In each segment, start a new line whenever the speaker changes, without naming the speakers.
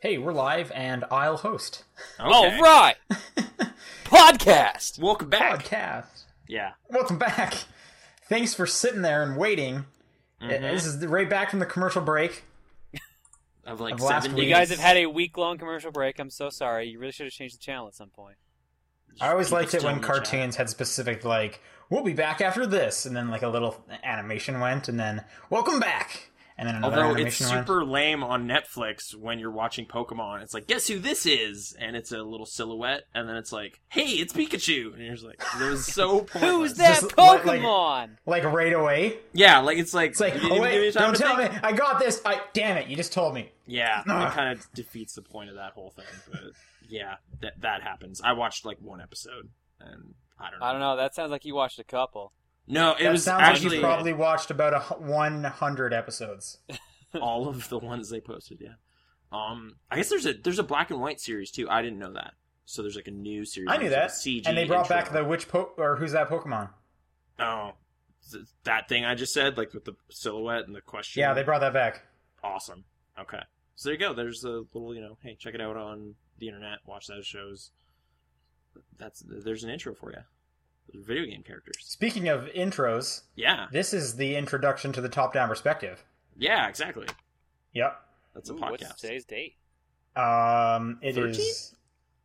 hey, we're live and I'll host.
All right, podcast.
Welcome back.
Podcast.
Yeah.
Welcome back. Thanks for sitting there and waiting. Uh,
Mm-hmm.
This is right back from the commercial break.
Of like
Of last
seven
week.
You guys have had a week long commercial break. I'm so sorry. You really should have changed the channel at some point.
I always liked it when
Just tell me, Jack.
cartoons had specific, like, we'll be back after this, and then, like, a little animation went, and then, welcome back! And then another
Although it's
animation went.
super lame on Netflix when you're watching Pokemon. It's like, guess who this is? And it's a little silhouette, and then it's like, hey, it's Pikachu. And you're just like, that was so pointless.
Who's that
Just like- like-
Pokemon?
Like, right away.
Yeah, like it's like,
It's like,
you didn't
oh,
even give me
wait,
time
don't
to
tell
think.
me. I got this. I Damn it, you just told me.
Yeah,
Ugh.
it kind of defeats the point of that whole thing. But yeah, that that happens. I watched like one episode, and I don't know.
I don't know. That sounds like you watched a couple.
No, it
that
was
sounds like
actually
you probably watched about a, hu- 100 episodes.
all of the ones they posted. Yeah. Um, I guess there's a there's a black and white series too. I didn't know that. So there's like a new series.
I knew
with, like,
that.
a CG
and they brought back
intro.
the which po- or who's that Pokemon?
oh th- that thing I just said, like with the silhouette and the question.
Yeah, they brought that back.
awesome. Okay, so there you go. There's a little you know, hey, check it out on the internet. Watch those shows. That's there's an intro for you. Those are video game characters.
Speaking of intros,
Yeah,
this is the introduction to the top-down perspective.
yeah, exactly.
Yep.
That's a
Ooh,
podcast.
What's today's date?
Um, it is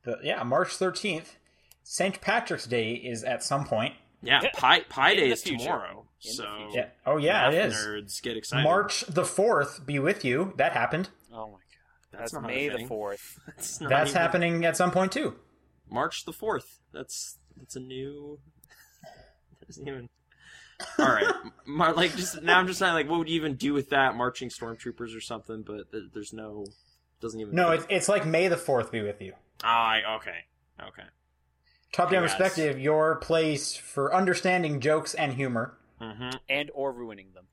13th?
the yeah March thirteenth. St. Patrick's Day is at some point.
Yeah, Pi Pi
In the
Day is
future.
tomorrow.
In the
so
future.
Yeah. Oh yeah,
math
it is.
Nerds get excited.
March the fourth be with you. That happened.
Oh my god.
That's,
That's,
not a
May the
thing.
fourth.
That's, not
That's
even-
happening at some point too.
March the fourth. That's that's a new. that's even. All right, Mar- like just now, I'm just not like, what would you even do with that? Marching stormtroopers or something? But th- there's no, doesn't even. Ah,
No, it's it's like May the fourth be with you.
I okay, okay.
Top-down
Yes.
perspective, your place for understanding jokes and humor.
Mm-hmm.
And or ruining them.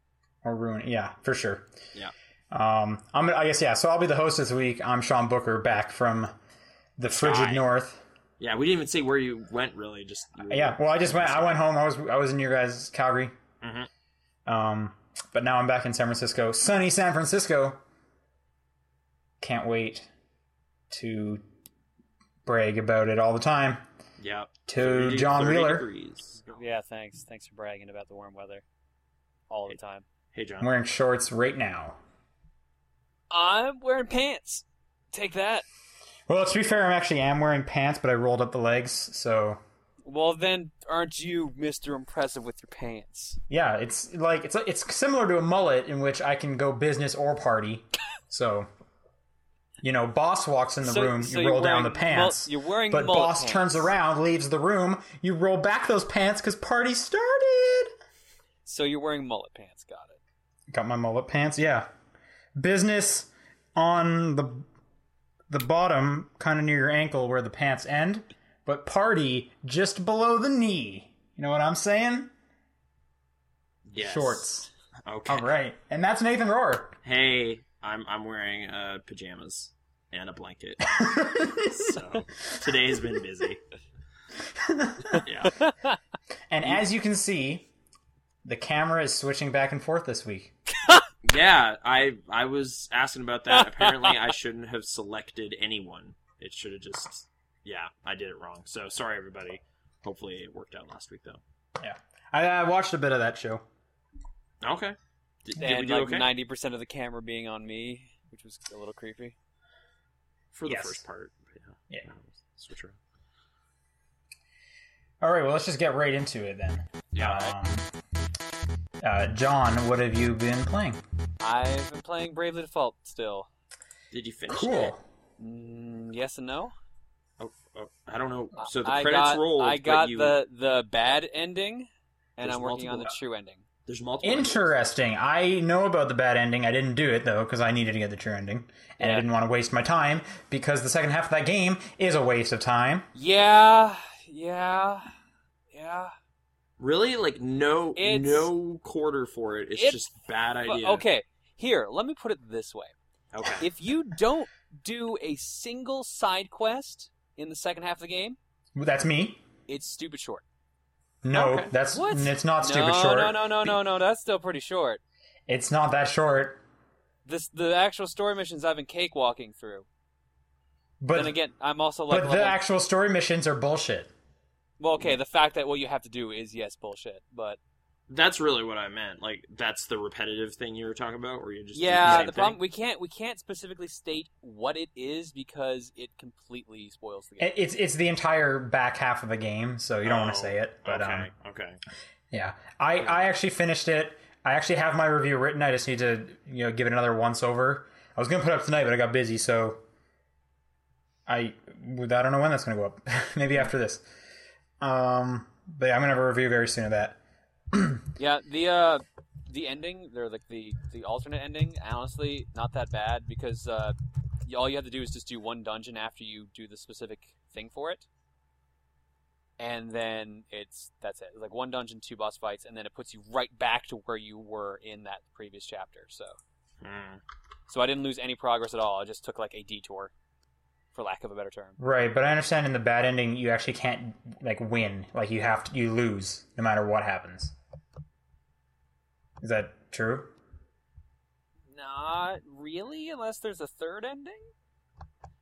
or ruin yeah for sure
Yeah.
um i'm i guess yeah so i'll be the host this week i'm sean booker back from the frigid
Sky.
north
Yeah, we didn't even say where you went really. Just
yeah well i just went i went home i was i was in your guys calgary
Mhm.
um but now i'm back in san francisco sunny san francisco can't wait to brag about it all the time
yeah.
to john
30
wheeler
degrees.
Yeah, thanks. Thanks for bragging about the warm weather. All the time.
Hey
i'm
John.
wearing shorts right now
I'm wearing pants. Take that.
well to be fair i'm actually am wearing pants but i rolled up the legs so
Well then, aren't you Mr. Impressive with your pants?
Yeah, it's like it's it's similar to a mullet in which I can go business or party. So, you know, boss walks in the
So-
room,
so
you
you're
roll down the
wearing
pants.
mul- you're wearing
but
mullet
boss
pants.
turns around, leaves the room, you roll back those pants because party started.
So you're wearing mullet pants. Got it.
Got my mullet pants. Yeah, business on the the bottom, kind of near your ankle where the pants end, but party just below the knee. You know what I'm saying?
Yes.
Shorts.
Okay.
All right, and that's Nathan Rohr.
Hey, I'm I'm wearing uh, pajamas and a blanket. so today's been busy. yeah.
And as you can see, the camera is switching back and forth this week.
Yeah, I I was asking about that. Apparently, I shouldn't have selected anyone. It should have just. Yeah, I did it wrong. So sorry, everybody. Hopefully, it worked out last week though.
Yeah. I, I watched a bit of that show.
Okay. Did, did we
and
do
like
okay
ninety percent of the camera being on me, which was a little creepy.
for the
Yes.
first part? Yeah.
Yeah.
Switch around.
All right, well, let's just get right into it then.
Yeah.
Um, uh, John, what have you been playing?
I've been playing Bravely Default still.
Did you finish? it?
Cool.
Mm, yes and no.
Oh, oh, I don't know. So the
I
credits
got,
rolled.
I
but
got
you-
the the bad ending, and
There's
I'm working on the
multiple-
true ending.
There's multiple.
Interesting. I know about the bad ending. I didn't do it though because I needed to get the true ending, and I
Yeah.
didn't want to waste my time because the second half of that game is a waste of time.
Yeah, yeah, yeah.
Really? Like no
It's-
no quarter for it. It's,
It's
just bad
But,
idea.
okay, here, let me put it this way:
Okay.
if you don't do a single side quest in the second half of the game,
That's me.
it's stupid short.
No,
Okay.
that's
What?
it's not
no,
stupid short.
No, no, no, no, no. That's still pretty short.
It's not that short.
This the actual story missions I've been cakewalking through.
But
then again, I'm also like,
but the
level-
actual story missions are bullshit.
well, okay, the fact that what you have to do is yes, bullshit, but
That's really what I meant. Like that's the repetitive thing you were talking about, where you just do
yeah,
the, same
the
thing?
problem we can't we can't specifically state what it is because it completely spoils the game.
It- It's it's the entire back half of the game, so you don't want
Oh,
to say it. But
okay,
um,
okay.
yeah, I I actually finished it. I actually have my review written. I just need to you know give it another once over. I was gonna put it up tonight, but I got busy, so I I don't know when that's gonna go up. Maybe after this. Um, but yeah, I'm gonna have a review very soon of that.
Yeah, the uh, the ending, or like the the alternate ending, honestly, not that bad because uh, y- all you have to do is just do one dungeon after you do the specific thing for it, and then it's that's it. Like one dungeon, two boss fights, and then it puts you right back to where you were in that previous chapter. So,
Mm.
so I didn't lose any progress at all. I just took like a detour, for lack of a better term.
Right, but I understand in the bad ending you actually can't like win. Like you have to you lose no matter what happens. Is that true?
Not really, unless there's a third ending.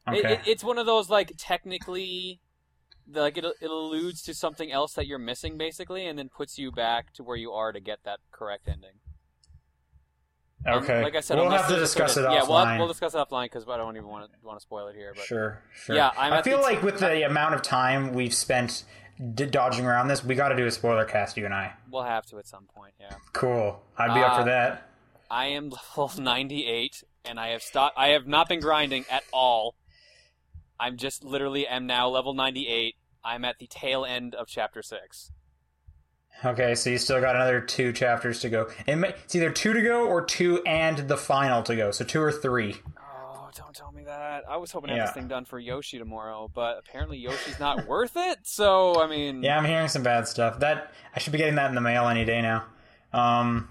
It,
Okay.
it, it's one of those like technically, the- like it, it alludes to something else that you're missing basically, and then puts you back to where you are to get that correct ending. And
okay.
like I said,
we'll
unless
have to
there's a
discuss it
third-
offline.
Yeah, we'll, have- we'll discuss it offline because I don't even want to want to spoil it here. But
sure, sure.
Yeah, I'm
I
at
feel
the-
like with the amount of time we've spent d- dodging around this, we got to do a spoiler cast, you and I.
we'll have to at some point. Yeah,
Cool. I'd be up
Uh,
for that.
I am level 98, and I have stopped. I have not been grinding at all. I'm just literally am now level 98. I'm at the tail end of chapter six.
Okay, so you still got another two chapters to go. It may, it's either two to go or two and the final to go. So two or three.
Oh, don't tell me that. I was hoping to have
Yeah.
this thing done for Yoshi tomorrow, but apparently Yoshi's not worth it. So I mean,
Yeah, I'm hearing some bad stuff. That I should be getting that in the mail any day now. Um,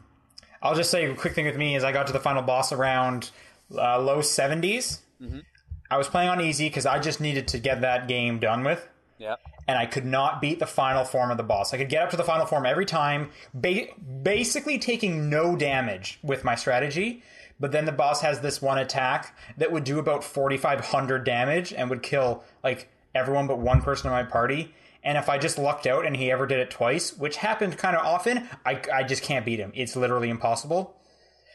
I'll just say a quick thing with me is I got to the final boss around uh, low 70s.
Mhm.
I was playing on easy because I just needed to get that game done with,
yeah,
and I could not beat the final form of the boss. I could get up to the final form every time, ba- basically taking no damage with my strategy. But then the boss has this one attack that would do about 4,500 damage and would kill like everyone but one person in my party. And if I just lucked out and he ever did it twice, which happened kind of often, I, I just can't beat him. It's literally impossible.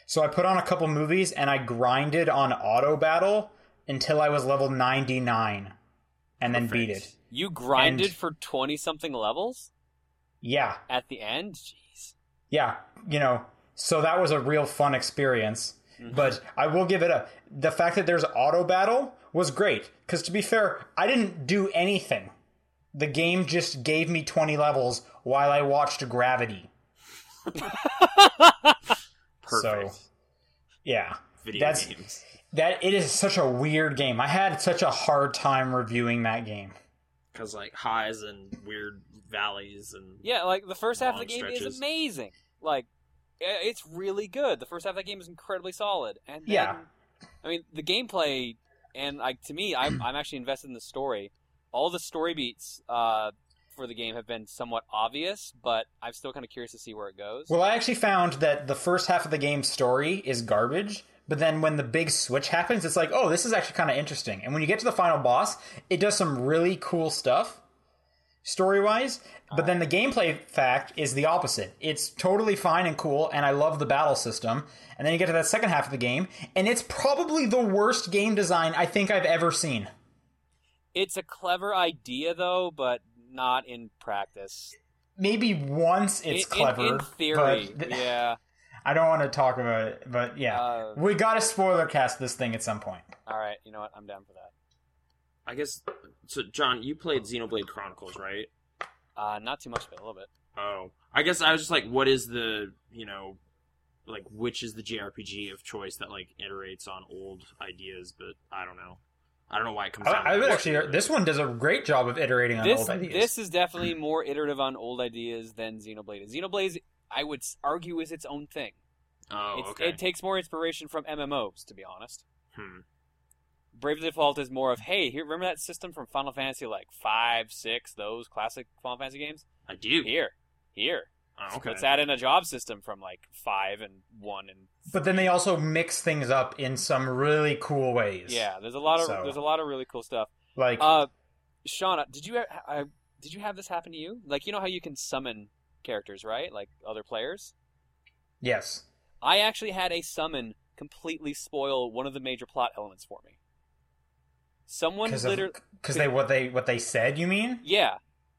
So I put on a couple movies and I grinded on auto battle until I was level 99 and then beat
Perfect.
it.
you grinded
And-
for twenty something levels
Yeah.
at the end. Jeez.
yeah, you know, so that was a real fun experience. But I will give it up. The fact that there's auto battle was great because, to be fair, I didn't do anything. The game just gave me 20 levels while I watched Gravity.
Perfect.
So, yeah,
Video
that's-
games.
that it is such a weird game. I had such a hard time reviewing that game.
Because like highs and weird valleys and
Yeah, like the first half of the
Long
game is
stretches.
amazing. Like i- it's really good. The first half of the game is incredibly solid. And then,
Yeah.
I mean the gameplay and like to me, I'm I'm actually invested in the story. All the story beats uh, for the game have been somewhat obvious, but I'm still kind of curious to see where it goes.
Well, I actually found that the first half of the game's story is garbage, but then when the big switch happens, it's like, oh, this is actually kind of interesting. And when you get to the final boss, it does some really cool stuff story wise, but then the gameplay fact is the opposite. It's totally fine and cool, and I love the battle system. And then you get to that second half of the game, and it's probably the worst game design I think I've ever seen.
It's a clever idea though, but not in practice.
Maybe once
In-
it's
in,
clever.
in, theory,
but th-
yeah.
I don't want to talk about it, but yeah.
Uh,
we gotta spoiler cast this thing at some point.
all right, you know what? I'm down for that.
I guess so. John, you played Xenoblade Chronicles, right?
Uh, not too much, but a little bit.
Oh, I guess I was just like, what is the you know, like which is the JRPG of choice that like iterates on old ideas? But I don't know. I don't know why it comes.
I,
down
I
to
would
that.
actually. This one does a great job of iterating on
this
old ideas.
this is definitely more iterative on old ideas than Xenoblade. is. Xenoblade, I would s- argue, is its own thing.
Oh,
It's-
okay.
It takes more inspiration from MMOs, to be honest.
Hmm.
Bravely Default is more of, hey, here, remember that system from Final Fantasy, like five, six, those classic Final Fantasy games?
I do.
Here, here.
Oh, okay.
Let's add in a job system from like five and one and
But then they also mix things up in some really cool ways.
yeah. There's a lot of
So-
there's a lot of really cool stuff.
Like
Uh, Shauna, did you uh, ha- I, did you have this happen to you? Like you know how you can summon characters, right? Like other players.
yes.
I actually had a summon completely spoil one of the major plot elements for me. Someone
Because
literally,
because they what they what they said, you mean?
yeah,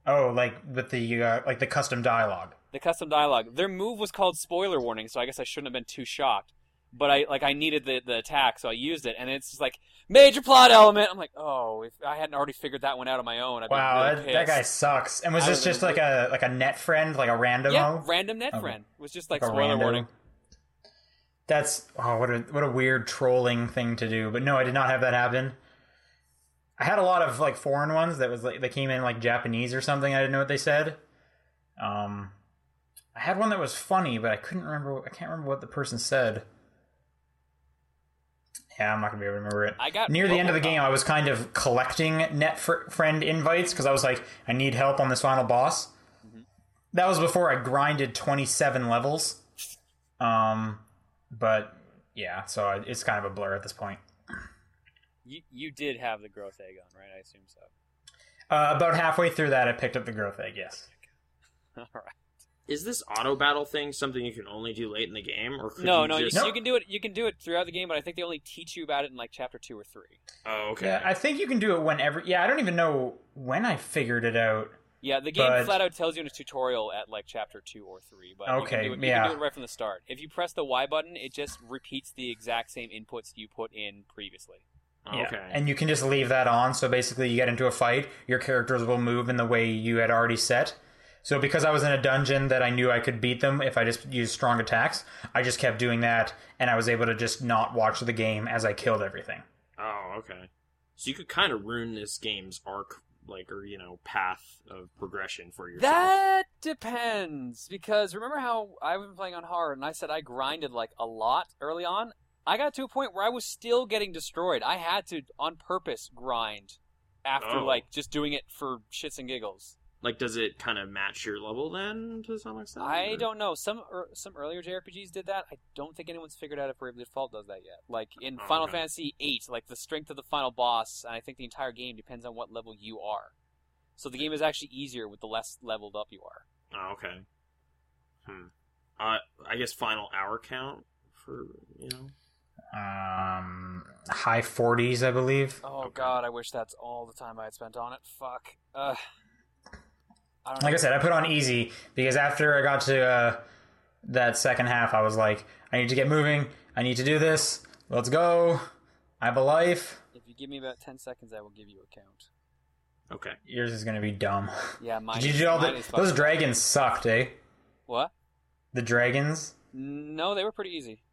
Oh, like with the uh, like the custom dialogue.
the custom dialogue. Their move was called spoiler warning, so I guess I shouldn't have been too shocked. But I like I needed the, the attack, so I used it, and it's just like major plot element. I'm like, oh, if I hadn't already figured that one out on my own, I'd be
Wow,
really
that,
pissed.
that guy sucks. And was
I
this
would've
just
been
like a like a net friend, like a random?
yeah, random net
Oh.
friend was just like
a
spoiler
rando?
warning.
That's oh, what a what a weird trolling thing to do. But no, I did not have that happen. I had a lot of like foreign ones that was like they came in like Japanese or something. I didn't know what they said. Um, I had one that was funny, but I couldn't remember. I can't remember what the person said. Yeah, I'm not gonna be able to remember it.
I got
near the end of the
Robocop.
game. I was kind of collecting net fr- friend invites because I was like, I need help on this final boss. That was before I grinded 27 levels. Um, but yeah, so I, it's kind of a blur at this point.
You you did have the growth egg on, right? I assume so.
Uh, about halfway through that, I picked up the growth egg. Yes.
All right.
Is this auto battle thing something you can only do late in the game, or could
No,
you
no, you,
just...
No.
you can do it. You can do it throughout the game, but I think they only teach you about it in like chapter two or three.
Oh, okay.
Yeah, I think you can do it whenever. Yeah, I don't even know when I figured it out.
Yeah, the game
But-
flat out tells you in a tutorial at like chapter two or three, but
Okay,
you, can do it, you
yeah.
can do it right from the start. If you press the Y button, it just repeats the exact same inputs you put in previously.
Oh,
Yeah.
Okay.
And you can just leave that on. So basically, you get into a fight, your characters will move in the way you had already set. So because I was in a dungeon that I knew I could beat them if I just used strong attacks, I just kept doing that, and I was able to just not watch the game as I killed everything.
Oh, okay. So you could kind of ruin this game's arc, like, or you know, path of progression for yourself.
That depends because remember how I've been playing on hard and I said I grinded like a lot early on. I got to a point where I was still getting destroyed. I had to on purpose grind after
Oh.
like just doing it for shits and giggles.
Like, does it kind of match your level then to some extent?
I
or-
don't know. Some er, some earlier JRPGs did that. I don't think anyone's figured out if Bravely Default does that yet. Like in
Oh,
Final
okay.
Fantasy VIII, like the strength of the final boss, and I think the entire game depends on what level you are. So the game is actually easier with the less leveled up you are.
Oh, okay. Hmm. Uh, I guess final hour count for you know.
Um, high 40s, I believe.
Oh
Okay.
god, I wish that's all the time I had spent on it. Fuck. Uh, I don't
Like I
know.
said, I put on easy because after I got to uh, that second half, I was like, I need to get moving. I need to do this. Let's go. I have a life.
If you give me about ten seconds, I will give you a count.
Okay.
Yours is going to be dumb.
Yeah, mine.
Did you
is-
do all
mine
the,
is
those
fucking-
dragons sucked, eh?
What?
The dragons?
No, they were pretty easy.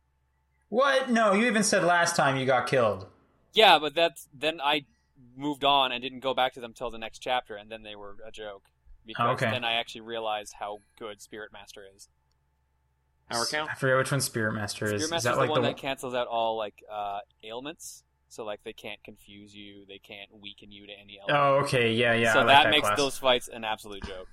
What? No, you even said last time you got killed.
Yeah, but that's then I moved on and didn't go back to them till the next chapter, and then they were a joke because
Okay.
then I actually realized how good Spirit Master is.
Hour count.
I forget which one Spirit Master is.
Spirit
is
Master
that
is
like
the one
the
that cancels out all like uh, ailments, so like they can't confuse you, they can't weaken you to any ailment.
Oh, okay, yeah, yeah.
so
I like
that, makes
class.
those fights an absolute joke.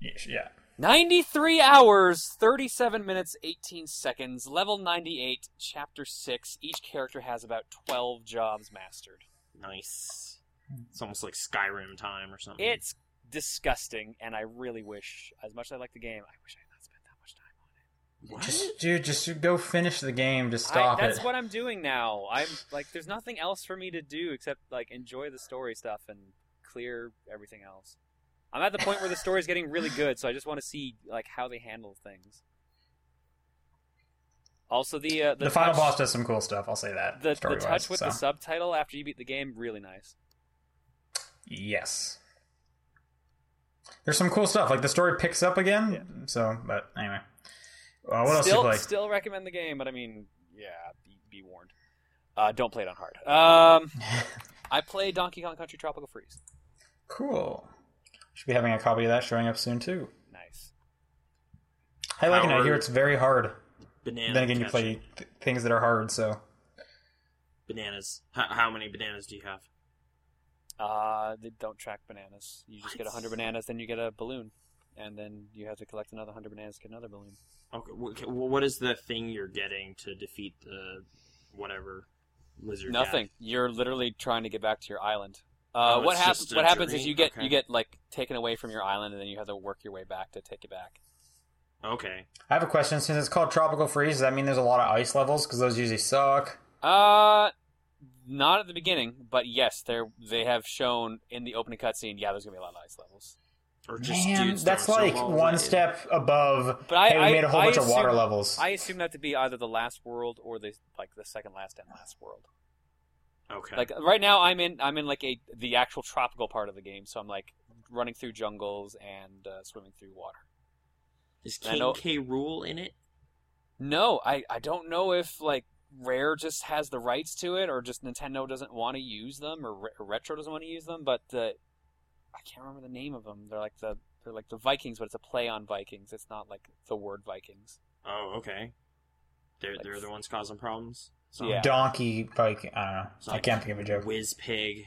Yeah.
93 hours, 37 minutes, 18 seconds, level 98, chapter 6. Each character has about 12 jobs mastered.
Nice. It's almost like Skyrim time or something.
It's disgusting, and I really wish, as much as I like the game, I wish I had not spent that much time on it.
What?
Just, dude, just go finish the game. Just stop
I, that's
it.
what I'm doing now. I'm like, there's nothing else for me to do except like enjoy the story stuff and clear everything else. I'm at the point where the story's getting really good, so I just want to see like how they handle things. Also, the uh,
the
the,
final
touch-
boss does some cool stuff. I'll say that.
the, the
story-wise,
touch with
so.
the subtitle after you beat the game, really nice.
Yes. There's some cool stuff. Like the story picks up again. So, but anyway. Uh, what else do you
still,
play?
still recommend the game, but I mean, yeah, be, be warned. Uh, don't play it on hard. Um, I play Donkey Kong Country Tropical Freeze.
cool. Should be having a copy of that showing up soon too.
Nice.
I like it. I
Howard.
hear it's very hard.
banana.
Then again, you
catching.
play th- things that are hard. So
bananas. How, how many bananas do you have?
Uh, they don't track bananas. You just get
What?
100 bananas, then you get a balloon. and then you have to collect another hundred bananas to get another balloon.
Okay, wh- okay, wh- what is the thing you're getting to defeat the whatever lizard? guy?
Nothing. You're literally trying to get back to your island. Uh,
Oh,
what
it's
happens?
just a
What happens
journey?
is you get
Okay.
you get like taken away from your island, and then you have to work your way back to take it back.
Okay.
I have a question. Since it's called tropical freeze, does that mean there's a lot of ice levels? Because those usually suck.
Uh, not at the beginning, but yes, they they have shown in the opening cutscene. Yeah, there's gonna be a lot of ice levels.
Or just
Man,
dudes that
that's
are so
like
well
one
related.
step above.
But I-
hey, we
I-
made a whole
I
bunch of water
assume-
levels.
I assume that to be either the last world or the like the second last and last world.
Okay.
Like right now, I'm in I'm in like a the actual tropical part of the game, so I'm like running through jungles and uh, swimming through water.
is
I
King
know-
K. Rule in it?
No, I, I don't know if like Rare just has the rights to it, or just Nintendo doesn't want to use them, or, Re- or Retro doesn't want to use them. But the I can't remember the name of them. They're like the they're like the Vikings, but it's a play on Vikings. It's not like the word Vikings.
Oh, okay. They're
Like-
they're the ones causing problems.
Yeah.
Donkey, like I don't know. I
Something.
can't think of a joke.
Whiz Pig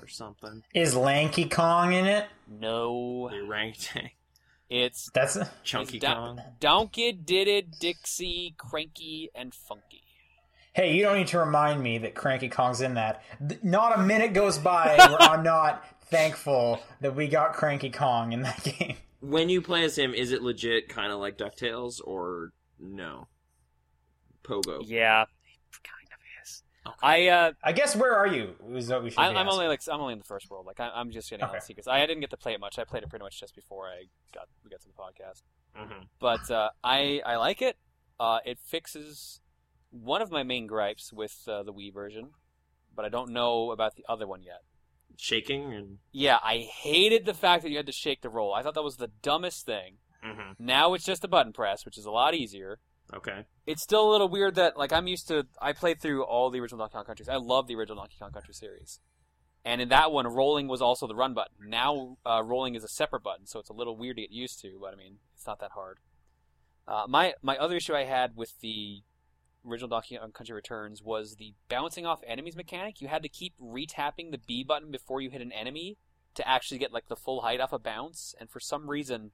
or something.
Is Lanky Kong in it?
No,
The orangutan.
it's
That's
Chunky
da-
Kong.
Donkey Didded Dixie Cranky and Funky.
hey, you don't need to remind me that Cranky Kong's in that. Th- Not a minute goes by where I'm not thankful that we got Cranky Kong in that game.
When you play as him, is it legit kind of like DuckTales or no? Pogo.
Yeah, kind of is.
Okay.
I uh,
I guess where are you? Is what we should.
I,
be
I'm
asking.
only like I'm only in the first world. Like I, I'm just getting all the
Okay.
secrets. I didn't get to play it much. I played it pretty much just before I got we got to the podcast.
Mhm.
But uh, I I like it. Uh, it fixes one of my main gripes with uh, the Wii version, but I don't know about the other one yet.
Shaking and.
Yeah, I hated the fact that you had to shake the roll. I thought that was the dumbest thing.
hmm
Now it's just a button press, which is a lot easier
Okay.
it's still a little weird that like I'm used to I played through all the original Donkey Kong countries. I love the original Donkey Kong Country series. And in that one, rolling was also the run button. Now uh, rolling is a separate button, so it's a little weird to get used to. But I mean, it's not that hard. Uh, my my other issue I had with the original Donkey Kong Country Returns was the bouncing off enemies mechanic. You had to keep retapping the B button before you hit an enemy to actually get like the full height off a bounce. And for some reason,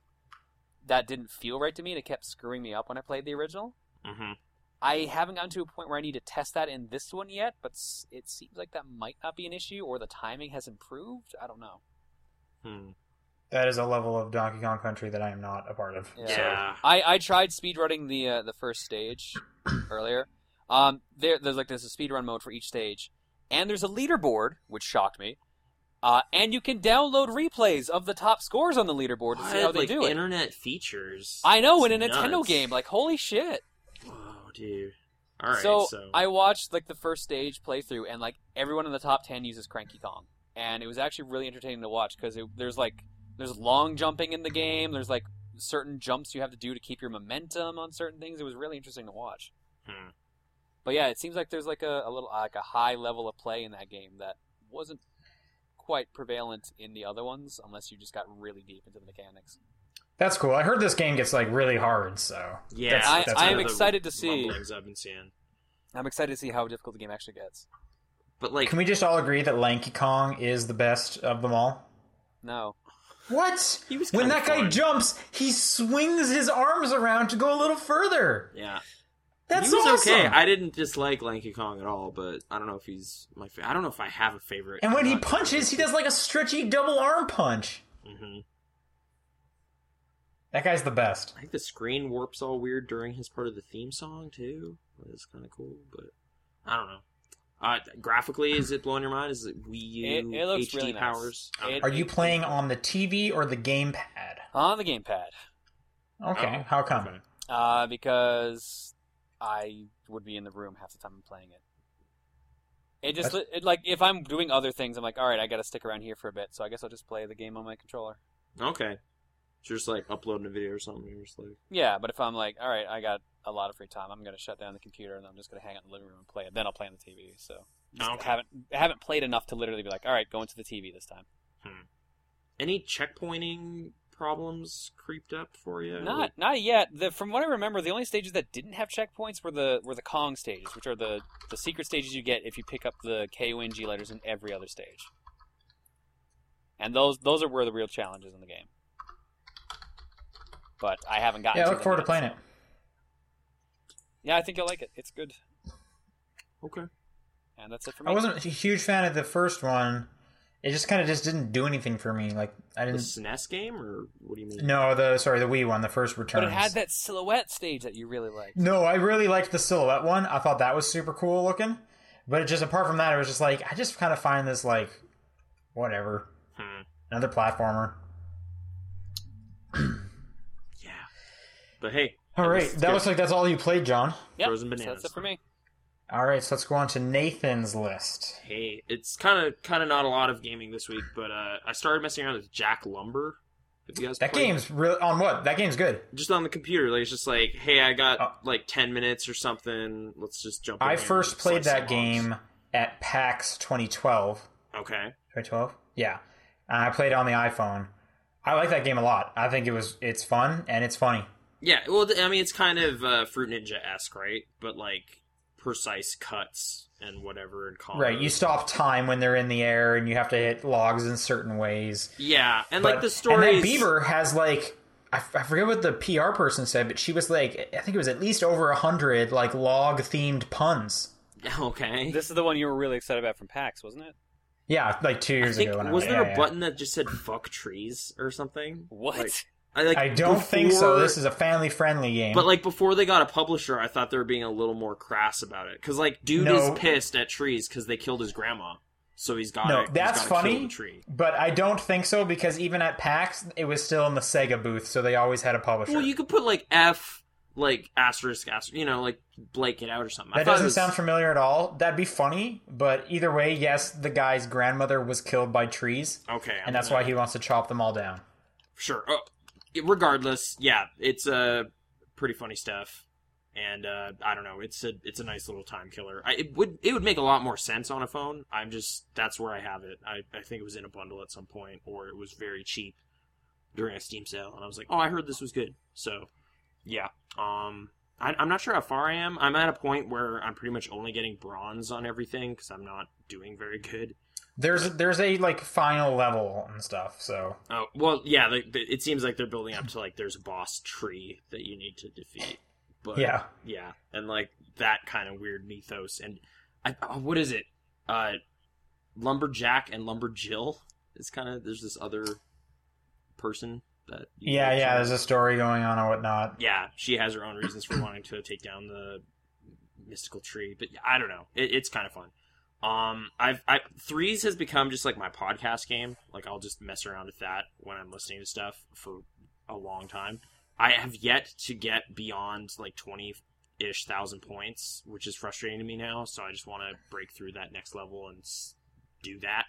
that didn't feel right to me. And it kept screwing me up when I played the original. Mm-hmm.
hmm
I haven't gotten to a point where I need to test that in this one yet, but s- it seems like that might not be an issue, or the timing has improved. I don't know.
Hmm.
That is a level of Donkey Kong Country that I am not a part of.
Yeah.
So-
Yeah.
I, I tried speedrunning the uh, the first stage earlier. Um, there there's like there's a speedrun mode for each stage, and there's a leaderboard, which shocked me. Uh, and you can download replays of the top scores on the leaderboard to see how
What?
they
like
do it.
internet features.
I know
It's
in a Nintendo
nuts.
game, like holy shit.
Whoa, dude. All right.
so,
So,
I watched like the first stage playthrough, and like everyone in the top ten uses Cranky Kong, and it was actually really entertaining to watch because there's like there's long jumping in the game. There's like certain jumps you have to do to keep your momentum on certain things. It was really interesting to watch.
Hmm.
But yeah, it seems like there's like a, a little like a high level of play in that game that wasn't quite prevalent in the other ones unless you just got really deep into the mechanics.
That's cool. I heard this game gets like really hard, so
yeah,
That's- I- that's I am
one of the excited to see. rumblings
Things I've been seeing.
I'm excited to see how difficult the game actually gets.
But like,
can we just all agree that Lanky Kong is the best of them all?
No,
What?
He was
when
kinda
that guy
fun.
jumps, he swings his arms around to go a little further.
yeah,
That's
he was
awesome.
okay. I didn't dislike Lanky Kong at all, but I don't know if he's my. Fa- I don't know if I have a favorite.
and when he punches, he does like a stretchy double arm punch.
hmm
That guy's the best.
I think the screen warps all weird during his part of the theme song too. It's kind of cool, but I don't know. Uh, graphically, is it blowing your mind? Is it Wii U
It- it looks
HD
really nice.
powers? Okay.
It-
Are you playing on the TV or the gamepad?
on the gamepad.
Okay,
Oh,
how come?
okay.
Uh, because I would be in the room half the time I'm playing it. It just it, like if I'm doing other things, I'm like, all right, I got to stick around here for a bit, so I guess I'll just play the game on my controller.
Okay. So you're just like uploading a video or something. You're just like,
Yeah, but if I'm like, all right, I got a lot of free time, I'm gonna shut down the computer and I'm just gonna hang out in the living room and play it. Then I'll play on the TV. So just
Okay.
haven't haven't played enough to literally be like, all right, going to the TV this time.
any checkpointing problems creeped up for you?
Not not yet. The, from what I remember, the only stages that didn't have checkpoints were the were the Kong stages, which are the the secret stages you get if you pick up the K O N G letters in every other stage. And those those are where the real challenges in the game. but I haven't gotten.
Yeah, I
to
look
them
forward to
yet,
playing
so-
it.
Yeah, I think you'll like it. It's good,
Okay.
and that's it for me.
I wasn't a huge fan of the first one. It just kind of just didn't do anything for me. Like I
The
didn't.
SNES game, or what do you mean?
No, the sorry, the Wii one, the first return.
but it had that silhouette stage that you really liked.
Mm.
No, I really liked the silhouette one. I thought that was super cool looking. But it just apart from that, it was just like I just kind of find this like whatever
Hmm.
another platformer.
Yeah. But hey,
All right, that
good.
looks like that's all you played, John.
Yeah,
Frozen
so
bananas.
that's it for me.
All right, so let's go on to Nathan's list.
hey, it's kind of kind of not a lot of gaming this week, but uh, I started messing around with Jack Lumber. Have you guys
That
played
game's really on what? That game's good.
just on the computer. Like it's just like, hey, I got
Oh.
like ten minutes or something. Let's just jump. in
I
and
first played
slice some
that
hogs."
game at PAX 2012.
Okay.
2012? Yeah. And I played it on the iPhone. I like that game a lot. I think it was it's fun and it's funny.
Yeah. Well, th- I mean, it's kind of uh, Fruit Ninja esque, right? But like precise cuts and whatever and combos.
Right, you stop time when they're in the air and you have to hit logs in certain ways.
Yeah, and
But-
like the story.
And then Beaver has like I, f- I forget what the PR person said, but she was like I think it was at least over a hundred like log themed puns.
Okay.
This is the one you were really excited about from PAX, wasn't it?
Yeah, like two
I
years
think
ago. when I
was there
yeah,
a
yeah.
button that just said "fuck trees" or something?
What?
Like, I like.
I don't think so.
before-
This is a family friendly game.
But like before they got a publisher, I thought they were being a little more crass about it because like dude
No.
is pissed at trees because they killed his grandma, so he's got
No,
it.
that's
he's gotta kill
funny.
the tree.
But I don't think so because even at PAX, it was still in the Sega booth, so they always had a publisher.
Well, you could put like F like asterisk asterisk, you know, like blank it out or something. I
that
thought it
doesn't
was-
sound familiar at all. That'd be funny, but either way, yes, the guy's grandmother was killed by trees,
okay, I'm
and that's
gonna-
why he wants to chop them all down.
sure. Oh, regardless, yeah, it's uh, pretty funny stuff, and uh, I don't know, it's a it's a nice little time killer. I, it would it would make a lot more sense on a phone. I'm just that's where I have it. I, I think it was in a bundle at some point, or it was very cheap during a Steam sale, and I was like, oh, I heard this was good. So yeah, um. I, I'm not sure how far I am. I'm at a point where I'm pretty much only getting bronze on everything because I'm not doing very good.
There's there's a like final level and stuff, so
Oh well, yeah. The, the, it seems like they're building up to like there's a boss tree that you need to defeat. But
yeah.
yeah, and like that kind of weird mythos. And I, oh, what is it? Uh, lumberjack and lumberjill is kind of there's this other person that you
Yeah, yeah,
try-
there's a story going on and whatnot.
yeah. She has her own reasons for wanting to take down the mystical tree, but I don't know. It, it's kind of fun. Um, I've I threes has become just like my podcast game. Like I'll just mess around with that when I'm listening to stuff for a long time. I have yet to get beyond like twenty ish thousand points, which is frustrating to me now. So I just want to break through that next level and s- do that.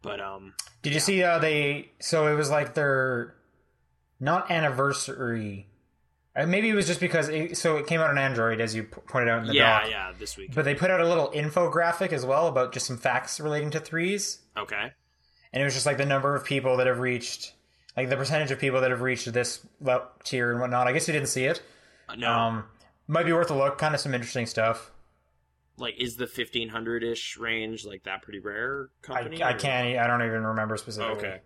But um,
Did you
Yeah.
see uh they so it was like their not anniversary. uh, Maybe it was just because it, so it came out on Android as you p- pointed out in the
yeah,
doc.
yeah, this week.
But they put out a little infographic as well about just some facts relating to threes.
okay,
And it was just like the number of people that have reached, like the percentage of people that have reached this le- tier and whatnot. I guess you didn't see it.
Uh, no,
Um, might be worth a look. Kind of some interesting stuff.
like is the 1500 ish range like that pretty rare
I,
company
I
or-
can't. e, I don't even remember specifically.
okay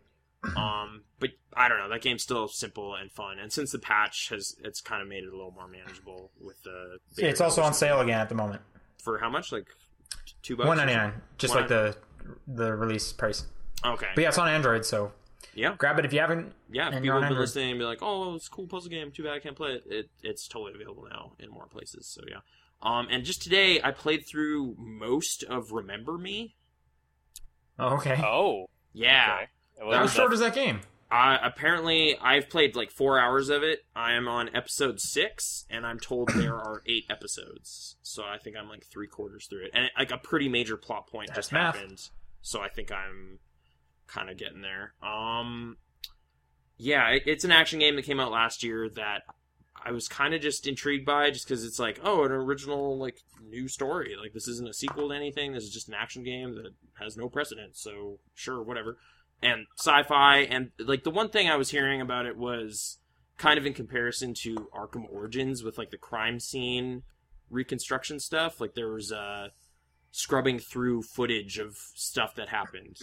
um but i don't know that game's still simple and fun and since the patch has it's kind of made it a little more manageable with the beta
It's also on
version.
sale again at the moment.
for how much like t- two bucks or
One ninety nine, just like
One
the the release price.
something? okay
But yeah, it's on Android, so
yeah
grab it if you haven't.
yeah
and
if people
you're on
have been
Android.
listening and be like oh it's a cool puzzle game too bad i can't play it. it it's totally available now in more places so yeah um and just today i played through most of remember me
Oh, okay.
Oh,
yeah
okay. Well,
That
How
was
that's-
short is that game?
Uh, apparently, I've played like four hours of it. I am on episode six, and I'm told there are eight episodes. So I think I'm like three quarters through it, and like a pretty major plot point
That's
just
math.
happened. So I think I'm kind of getting there. Um, yeah, it, it's an action game that came out last year that I was kind of just intrigued by, just because it's like, oh, an original like new story. Like this isn't a sequel to anything. This is just an action game that has no precedent. So sure, whatever and sci-fi and like the one thing i was hearing about it was kind of in comparison to arkham origins with like the crime scene reconstruction stuff like there was uh scrubbing through footage of stuff that happened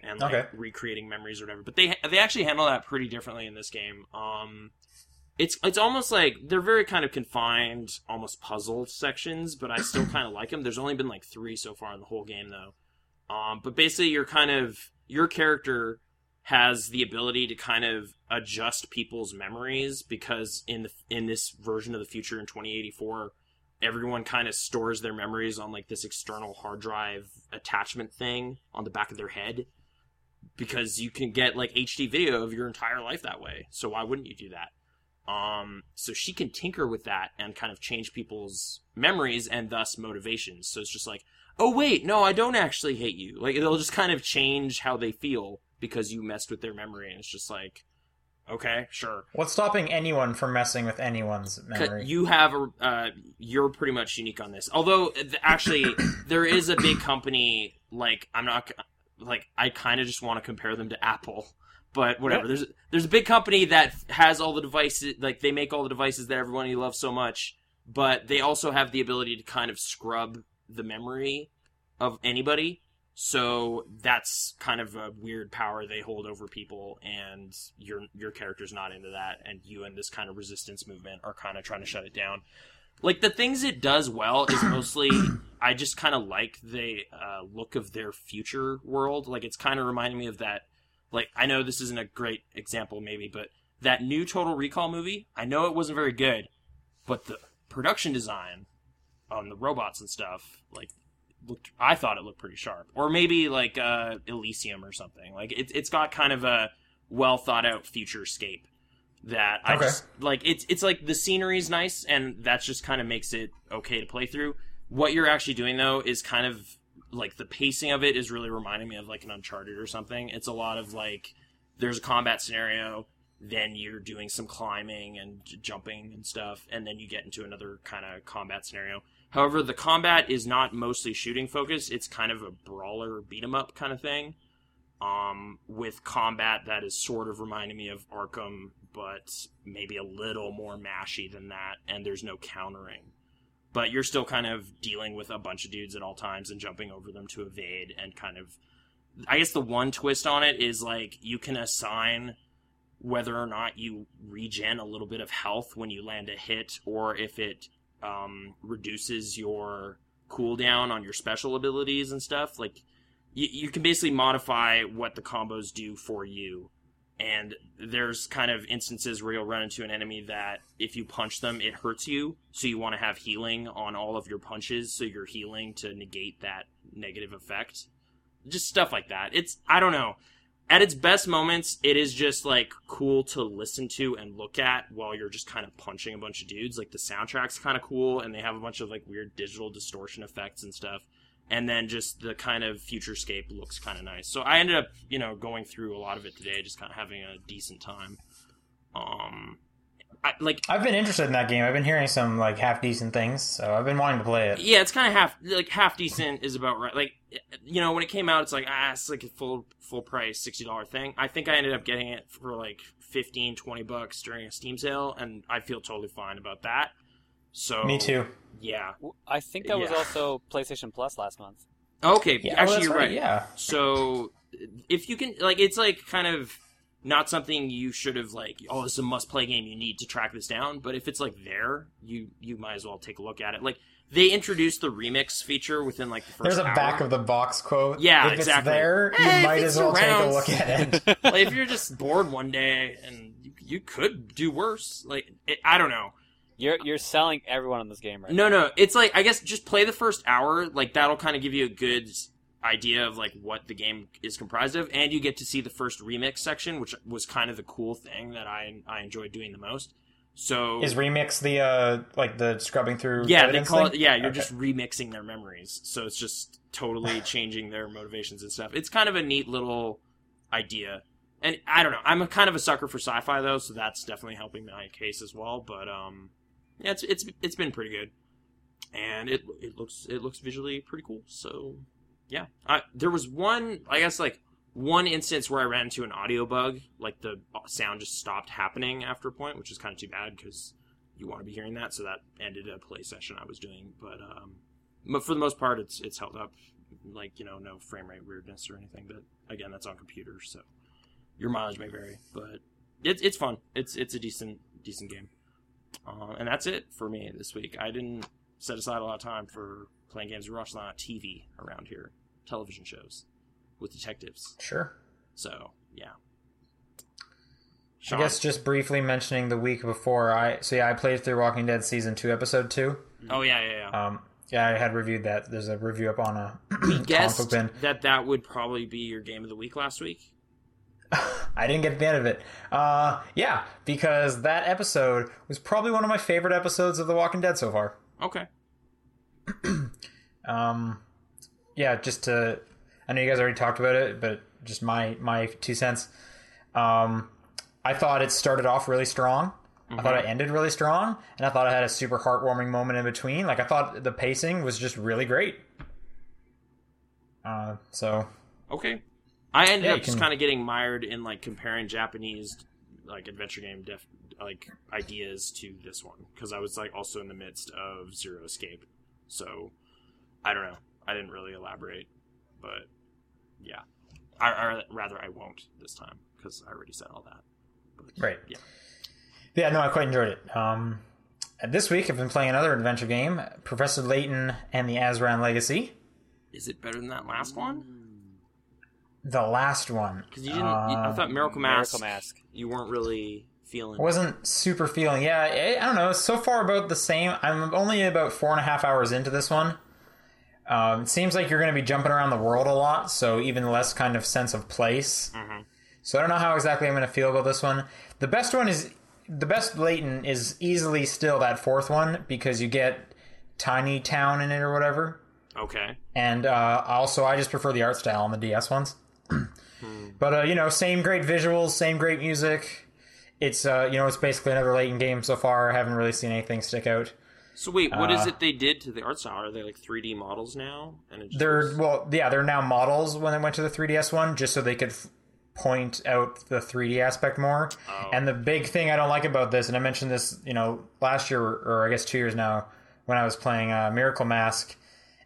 and like
Okay.
recreating memories or whatever but they they actually handle that pretty differently in this game um it's it's almost like they're very kind of confined, almost puzzle sections, but I still kind of like them. There's only been like three so far in the whole game though. Um, but basically, you're kind of your character has the ability to kind of adjust people's memories because in the in this version of the future in 2084, everyone kind of stores their memories on like this external hard drive attachment thing on the back of their head because you can get like HD video of your entire life that way. So why wouldn't you do that? Um, so she can tinker with that and kind of change people's memories and thus motivations. So it's just like, oh wait, no, I don't actually hate you. Like it'll just kind of change how they feel because you messed with their memory, and it's just like, okay, sure.
What's stopping anyone from messing with anyone's memory?
You have a, uh, you're pretty much unique on this. Although th- actually, there is a big company like I'm not like I kind of just want to compare them to Apple, but whatever.
Yeah.
There's there's a big company that has all the devices like they make all the devices that everyone you love so much, but they also have the ability to kind of scrub the memory of anybody. So that's kind of a weird power they hold over people, and your your character's not into that, and you and this kind of resistance movement are kind of trying to shut it down. Like the things it does well is mostly I just kind of like the uh, look of their future world. Like it's kind of reminding me of that. Like I know this isn't a great example, maybe, but that new Total Recall movie. I know it wasn't very good, but the production design on the robots and stuff, like looked I thought it looked pretty sharp. Or maybe like uh Elysium or something. Like it, it's got kind of a well thought out futurescape that I
Okay.
just like it's it's like the scenery's nice and that just kind of makes it okay to play through. What you're actually doing though is kind of like the pacing of it is really reminding me of like an Uncharted or something. It's a lot of like there's a combat scenario then you're doing some climbing and j- jumping and stuff and then you get into another kind of combat scenario however the combat is not mostly shooting focused it's kind of a brawler beat 'em up kind of thing um, with combat that is sort of reminding me of arkham but maybe a little more mashy than that and there's no countering but you're still kind of dealing with a bunch of dudes at all times and jumping over them to evade and kind of i guess the one twist on it is like you can assign whether or not you regen a little bit of health when you land a hit or if it um, reduces your cooldown on your special abilities and stuff like you, you can basically modify what the combos do for you and there's kind of instances where you'll run into an enemy that if you punch them it hurts you so you want to have healing on all of your punches so you're healing to negate that negative effect just stuff like that it's i don't know at its best moments it is just like cool to listen to and look at while you're just kind of punching a bunch of dudes like the soundtrack's kind of cool and they have a bunch of like weird digital distortion effects and stuff and then just the kind of futurescape looks kind of nice. So I ended up, you know, going through a lot of it today, just kind of having a decent time. Um, I, like
I've been interested in that game. I've been hearing some like half decent things, so I've been wanting to play it.
yeah, it's kind of half like half decent is about right. Like you know, when it came out, it's like ah, it's like a full full price sixty dollar thing. I think I ended up getting it for like 15, 20 bucks during a Steam sale, and I feel totally fine about that. So
Me too.
Yeah.
W- I think that was
Yeah.
also PlayStation Plus last month.
Okay.
Yeah,
actually,
well, Oh, that's
you're right.
Yeah.
So if you can like it's like kind of not something you should have like oh this is a must play game you need to track this down but if it's like there you you might as well take a look at it like they introduced the remix feature within like the first
There's a
hour.
back of the box quote.
Yeah,
if it's
exactly.
there, you
Eh, if
might
it's
as well take
around.
a look at it.
like if you're just bored one day and you, you could do worse like it, i don't know
You're you're selling everyone on this game right
No, no. It's like I guess just play the first hour. Like that'll kind of give you a good idea of like what the game is comprised of, and you get to see the first remix section, which was kind of the cool thing that I I enjoyed doing the most. So
Is remix the uh like the scrubbing through?
yeah, they
evidence
call
thing?
it. Yeah, you're
Okay.
just remixing their memories, so it's just totally changing their motivations and stuff. It's kind of a neat little idea, and I don't know. I'm a kind of a sucker for sci-fi though, so that's definitely helping my case as well. But um, yeah, it's it's it's been pretty good, and it it looks it looks visually pretty cool. So yeah, I, there was one I guess like one instance where I ran into an audio bug, like the sound just stopped happening after a point, which is kind of too bad because you want to be hearing that. So that ended a play session I was doing, but um, but for the most part, it's it's held up. Like you know, no frame rate weirdness or anything. But again, that's on computers, so your mileage may vary. But it's it's fun. It's it's a decent decent game. Uh, and that's it for me this week. I didn't set aside a lot of time for playing games. We're watching a lot of TV around here, television shows with detectives.
Sure.
So yeah.
I guess just briefly mentioning the week before I so yeah I played through Walking Dead season two episode two.
Oh yeah, yeah, yeah.
Um, yeah, I had reviewed that. There's a review up on a
we guessed
comic bin.
that that would probably be your game of the week last week.
I didn't get to the end of it. Uh, yeah, because that episode was probably one of my favorite episodes of The Walking Dead so far.
Okay.
Um, yeah, just to, I know you guys already talked about it, but just my my two cents. Um, I thought it started off really strong. I thought
Mm-hmm.
it ended really strong, and I thought I had a super heartwarming moment in between. Like I thought the pacing was just really great. Uh, so
Okay. I ended
Yeah,
up
you
just
can-
kind of getting mired in like comparing Japanese like adventure game def- like ideas to this one because I was like also in the midst of Zero Escape, so I don't know. I didn't really elaborate, but yeah, I, I rather I won't this time because I already said all that. But,
Right.
Yeah.
Yeah, no, I quite enjoyed it. Um, and this week I've been playing another adventure game, Professor Layton and the Azran Legacy,
Is it better than that last one?
the last one.
Because you didn't. you- I
Uh,
thought Miracle Mask.
Miracle Mask.
You weren't really feeling.
I wasn't super feeling. Yeah, I, I don't know. It's so far about the same. I'm only about four and a half hours into this one. Um, it seems like you're going to be jumping around the world a lot, so even less kind of sense of place.
Mhm.
So I don't know how exactly I'm going to feel about this one. The best one is the best Leighton is easily still that fourth one because you get tiny town in it or whatever.
Okay.
and uh, also I just prefer the art style on the DS ones. but uh, you know, same great visuals, same great music. It's uh, you know, it's basically another Leighton game so far. I haven't really seen anything stick out.
So wait, what is
Uh,
it they did to the art style? Are they like 3D models now? And it just
They're
looks-
well, yeah, they're now models when they went to the 3DS one, just so they could f- point out the 3D aspect more.
Oh.
And the big thing I don't like about this, and I mentioned this, you know, last year or I guess two years now, when I was playing uh, Miracle Mask,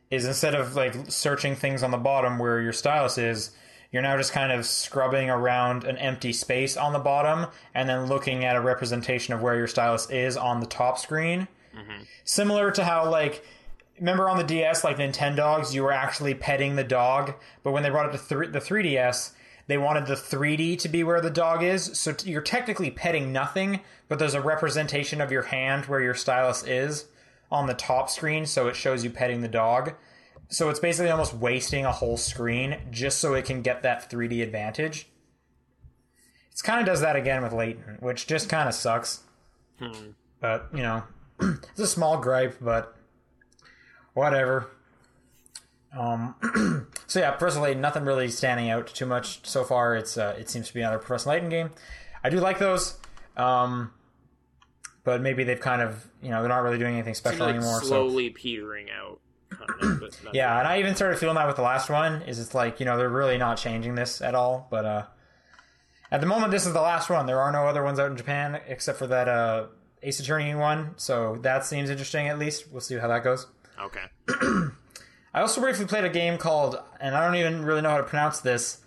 is instead of like searching things on the bottom where your stylus is, you're now just kind of scrubbing around an empty space on the bottom, and then looking at a representation of where your stylus is on the top screen.
Mm-hmm.
Similar to how like remember on the DS, like Nintendogs, you were actually petting the dog, but when they brought it to thr the 3DS, they wanted the 3D to be where the dog is. So t- you're technically petting nothing, but there's a representation of your hand where your stylus is on the top screen, so it shows you petting the dog. So it's basically almost wasting a whole screen just so it can get that 3D advantage. It's kind of does that again with Leighton, which just kind of sucks. But, you know, it's a small gripe, but whatever. Um, so yeah, Professor Layton, nothing really standing out too much so far. It's uh, it seems to be another Professor Layton game. I do like those, um, but maybe they've kind of you know they're not really doing anything
Seemed
special
like
anymore. so
slowly petering out. Kind of, but that's-
yeah, and I even started feeling that with the last one. Is it's like you know they're really not changing this at all. But uh, at the moment, this is the last one. There are no other ones out in Japan except for that uh, Ace Attorney one. So that seems interesting. At least we'll see how that goes.
Okay.
I also briefly played a game called, and I don't even really know how to pronounce this,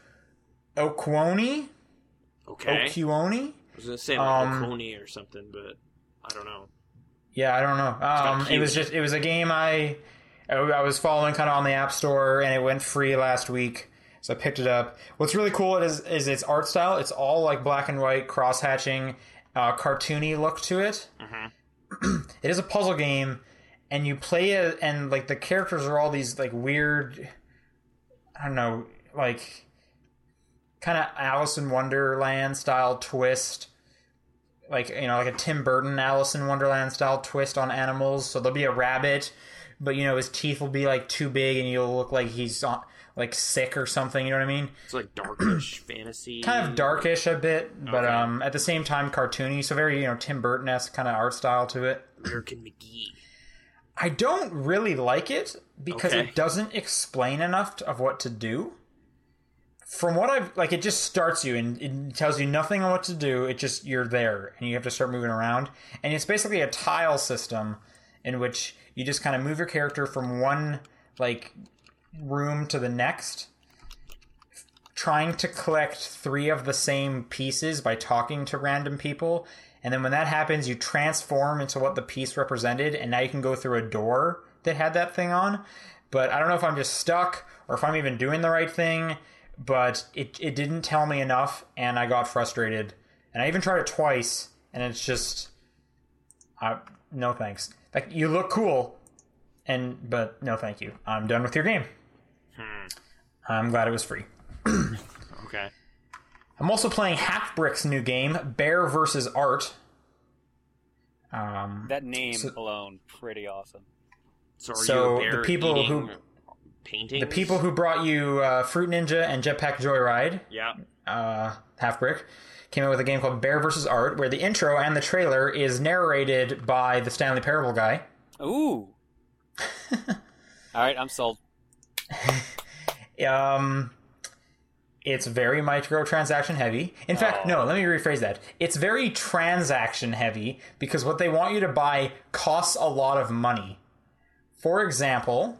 Okwoni?
Okay.
Okwoni?
I was gonna say like
Oh, Um,
Oconee or something, but I don't know.
Yeah, I don't know. Um, it was
Kiwi.
just it was a game I I I was following kind of on the App Store, and it went free last week, so I picked it up. What's really cool is is its art style. It's all like black and white, cross hatching, uh, cartoony look to it. it is a puzzle game, and you play it, and like the characters are all these like weird, I don't know, like kind of Alice in Wonderland style twist like you know like a Tim Burton Alice in Wonderland style twist on animals. So there'll be a rabbit, but you know his teeth will be like too big and you'll look like he's on like sick or something. You know what I mean?
It's like darkish fantasy.
Kind of darkish a bit, but
Mm. Okay.
um at the same time cartoony. So very you know Tim Burton esque kind of art style to it.
American McGee.
I don't really like it because
Okay.
it doesn't explain enough t- of what to do. From what I've like, it just starts you and it tells you nothing on what to do. It just you're there and you have to start moving around. And it's basically a tile system in which you just kind of move your character from one like room to the next trying to collect three of the same pieces by talking to random people. And then when that happens, you transform into what the piece represented, and now you can go through a door that had that thing on. But I don't know if I'm just stuck or if I'm even doing the right thing, but it, it didn't tell me enough, and I got frustrated. And I even tried it twice, and it's just. I, no thanks. Like, you look cool, and but no thank you. I'm done with your game. I'm glad it was free.
Okay.
I'm also playing Halfbrick's new game, Bear versus Art. Um,
That name alone, pretty awesome.
So, are
So,
you a
the
bear
people
eating
who-
paintings?
the people who brought you uh, Fruit Ninja and Jetpack Joyride,
Yeah.
uh, Halfbrick, came out with a game called Bear versus Art, where the intro and the trailer is narrated by the Stanley Parable guy.
Ooh. All right, I'm sold.
Um, it's very microtransaction heavy. In fact,
Oh.
no, let me rephrase that. It's very transaction heavy because what they want you to buy costs a lot of money. For example,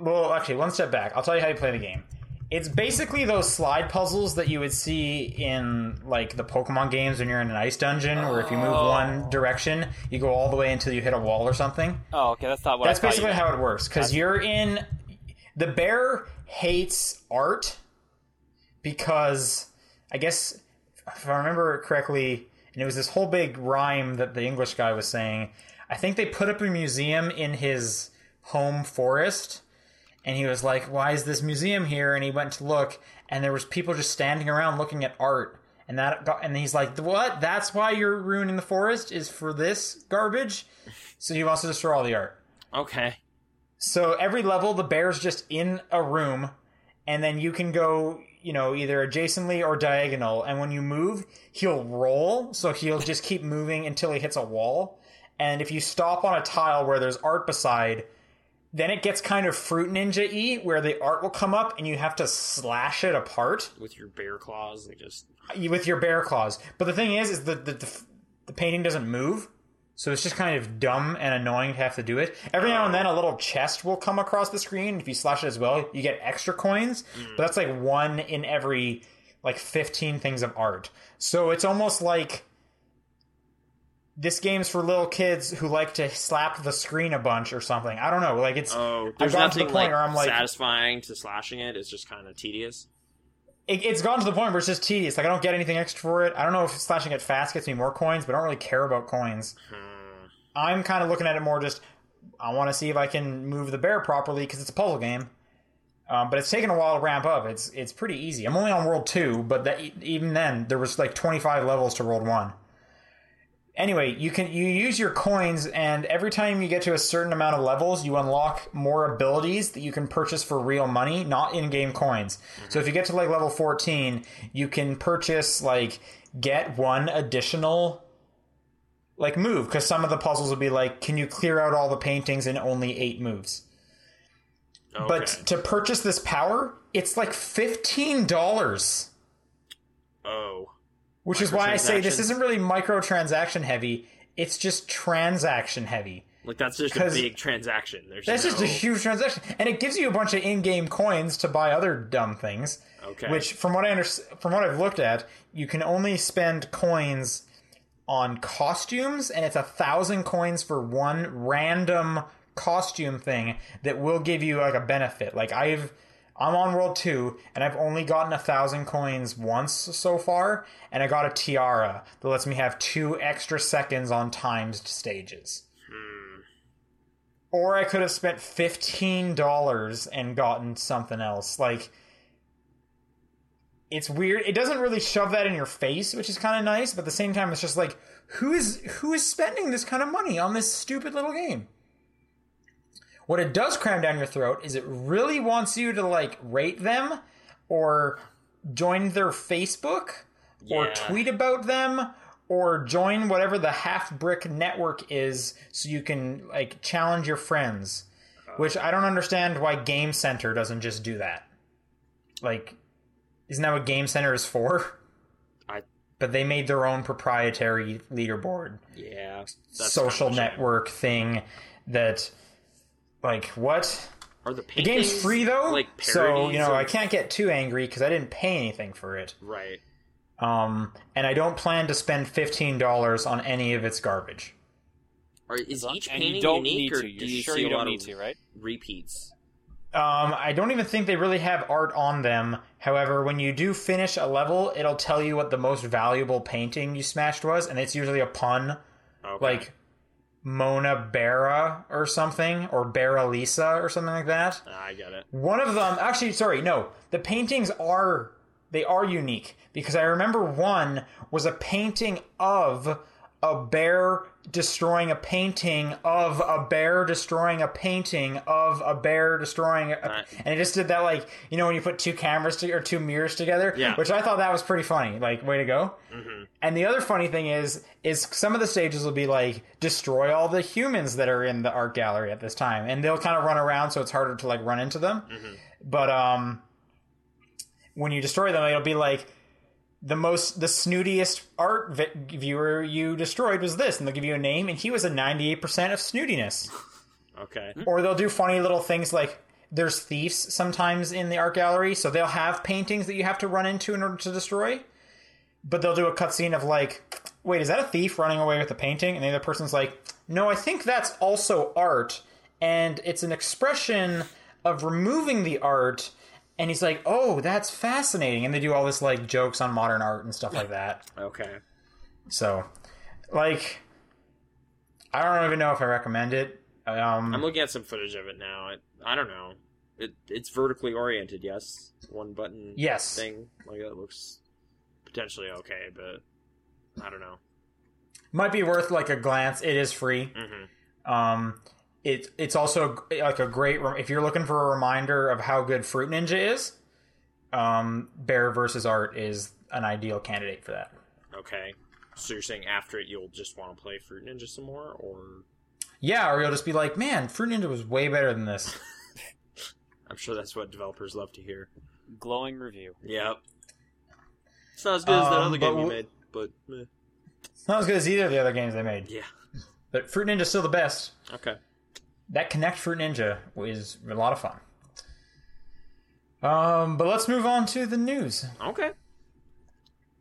well, actually, one step back. I'll tell you how you play the game. It's basically those slide puzzles that you would see in like the Pokemon games when you're in an ice dungeon, where if you move
Oh.
one direction, you go all the way until you hit a wall or something.
Oh, okay, that's not what
That's
I thought you
basically
meant.
how it works because you're in. The bear hates art because I guess if I remember correctly, and it was this whole big rhyme that the English guy was saying. I think they put up a museum in his home forest, and he was like, "Why is this museum here?" And he went to look, and there was people just standing around looking at art. And that got, and he's like, "What? That's why you're ruining the forest is for this garbage." So he wants to destroy all the art.
Okay.
So every level, the bear's just in a room, and then you can go, you know, either adjacently or diagonal. And when you move, he'll roll, so he'll just keep moving until he hits a wall. And if you stop on a tile where there's art beside, then it gets kind of fruit ninja y, where the art will come up and you have to slash it apart
With your bear claws, they just.
with your bear claws. But the thing is, is the the, the, the painting doesn't move, so it's just kind of dumb and annoying to have to do it. Every now and then, a little chest will come across the screen. If you slash it as well, you get extra coins. But that's like one in every like fifteen things of art. So it's almost like this game's for little kids who like to slap the screen a bunch or something. I don't know. Like it's
Oh, there's
gotten to the point
nothing like,
where I'm like-
satisfying to slashing it. It's just kind of tedious.
it, it's gotten to the point where it's just tedious. Like I don't get anything extra for it. I don't know if slashing it fast gets me more coins, but I don't really care about coins. I'm kind of looking at it more just I want to see if I can move the bear properly because it's a puzzle game. Um, but it's taken a while to ramp up. It's it's pretty easy. I'm only on world two, but that, e, even then there was like 25 levels to world one. Anyway, you can you use your coins, and every time you get to a certain amount of levels, you unlock more abilities that you can purchase for real money, not in-game coins.
Mm-hmm.
So if you get to like level 14, you can purchase like get one additional like move because some of the puzzles would be like can you clear out all the paintings in only eight moves
Okay.
but to purchase this power it's like $15
oh,
which is why i say this
Microtransactions.
isn't really microtransaction heavy it's just transaction heavy
like that's just a
'Cause-
big transaction. There's
that's just a
no-
huge transaction and it gives you a bunch of in-game coins to buy other dumb things
Okay.
which from what i under- from what i've looked at you can only spend coins on costumes and it's a thousand coins for one random costume thing that will give you like a benefit like i've i'm on world two and i've only gotten a thousand coins once so far and i got a tiara that lets me have two extra seconds on timed stages or I could have spent fifteen dollars and gotten something else. Like it's weird. It doesn't really shove that in your face, which is kind of nice, but at the same time it's just like who is who is spending this kind of money on this stupid little game? What it does cram down your throat is it really wants you to like rate them or join their Facebook or
Yeah.
tweet about them or join whatever the half brick network is so you can like challenge your friends
Uh,
which i don't understand why game center doesn't just do that like isn't that what game center is for
I-
but they made their own proprietary leaderboard
yeah. That's
social
kind of a shame.
network thing that like what
Are the
The
paintings
game's free though,
Like
so you
parodies
know
of-
I can't get too angry because I didn't pay anything for it.
Right.
Um, and I don't plan to spend fifteen dollars on any of its garbage.
Or is each
and
painting
you don't
unique,
need
or do
to. You're
you
sure
see
you
a
don't
lot
need
of
to, right?
repeats?
Um, I don't even think they really have art on them. However, when you do finish a level, it'll tell you what the most valuable painting you smashed was, and it's usually a pun
Okay.
like Mona Bera or something, or Bera Lisa or something like that.
Ah, I get it.
One of them, actually, sorry, no, the paintings are they are unique because I remember one was a painting of a bear destroying a painting of a bear destroying a painting of a bear destroying a,
Right.
and it just did that like you know when you put two cameras to, or two mirrors together
Yeah.
which i thought that was pretty funny like way to go and the other funny thing is, is some of the stages will be like destroy all the humans that are in the art gallery at this time, and they'll kind of run around, so it's harder to like run into them. But um, when you destroy them, it'll be like the most the snootiest art vi- viewer you destroyed was this, and they'll give you a name, and he was a ninety eight percent of snootiness.
Okay.
Hmm.
or they'll do funny little things like there's thieves sometimes in the art gallery, so they'll have paintings that you have to run into in order to destroy. But they'll do a cutscene of like, wait, is that a thief running away with a painting? And the other person's like, no, I think that's also art, and it's an expression of removing the art. And he's like, oh, that's fascinating. And they do all this like jokes on modern art and stuff like that.
Okay.
So, like, I don't even know if I recommend it. Um,
I'm looking at some footage of it now. It, I don't know. It it's vertically oriented. Yes, one button.
yes.
Thing like that looks potentially okay, but I don't know.
might be worth like a glance. It is free.
hmm
Um, it it's also like a great rem- if you're looking for a reminder of how good Fruit Ninja is. Um, Bear versus Art is an ideal candidate for that.
Okay. So you're saying after it, you'll just want to play Fruit Ninja some more, or
Yeah, or you'll just be like, man, Fruit Ninja was way better than this.
I'm sure that's what developers love to hear.
Glowing review.
Yep. It's not as good as that
Um,
other
but
game you
w-
made, but meh.
It's not as good as either of the other games they made,
yeah.
but Fruit Ninja's still the best.
Okay.
That Connect Fruit Ninja is a lot of fun. Um, but let's move on to the news.
Okay.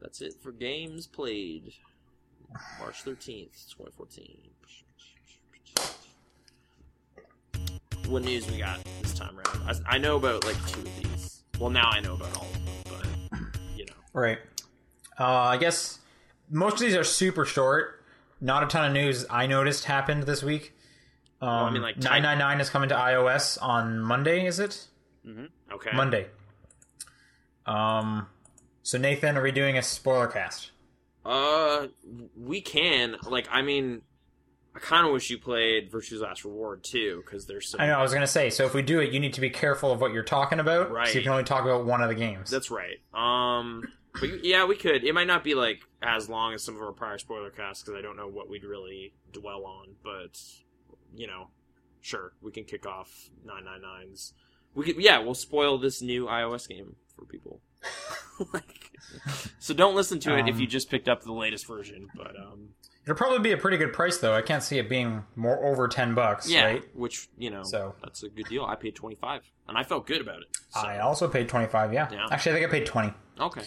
That's it for games played. March 13th, 2014. What news we got this time around? I, I know about like two of these. Well, now I know about all of them, but you know.
Right. Uh, I guess most of these are super short. Not a ton of news I noticed happened this week. Um,
Oh, I mean, like, type-
nine nine nine is coming to iOS on Monday. Is it
Okay.
Monday? Um. So Nathan, are we doing a spoiler cast?
Uh, we can. Like, I mean, I kind of wish you played Virtue's Last Reward too, because there's some.
I know I was gonna say. So if we do it, you need to be careful of what you're talking about.
Right.
So you can only talk about one of the games.
That's right. Um, but you- yeah, we could. It might not be like as long as some of our prior spoiler casts because I don't know what we'd really dwell on. But you know, sure, we can kick off 999s. We could, yeah, we'll spoil this new iOS game for people. like, so don't listen to it if
Um,
you just picked up the latest version. But um,
It'll probably be a pretty good price though. I can't see it being more over ten bucks.
yeah,
Right.
which you know,
So-
that's a good deal. I paid 25, and I felt good about it. So.
I also paid twenty five. Yeah.
Yeah.
Actually, I think I paid twenty.
Okay.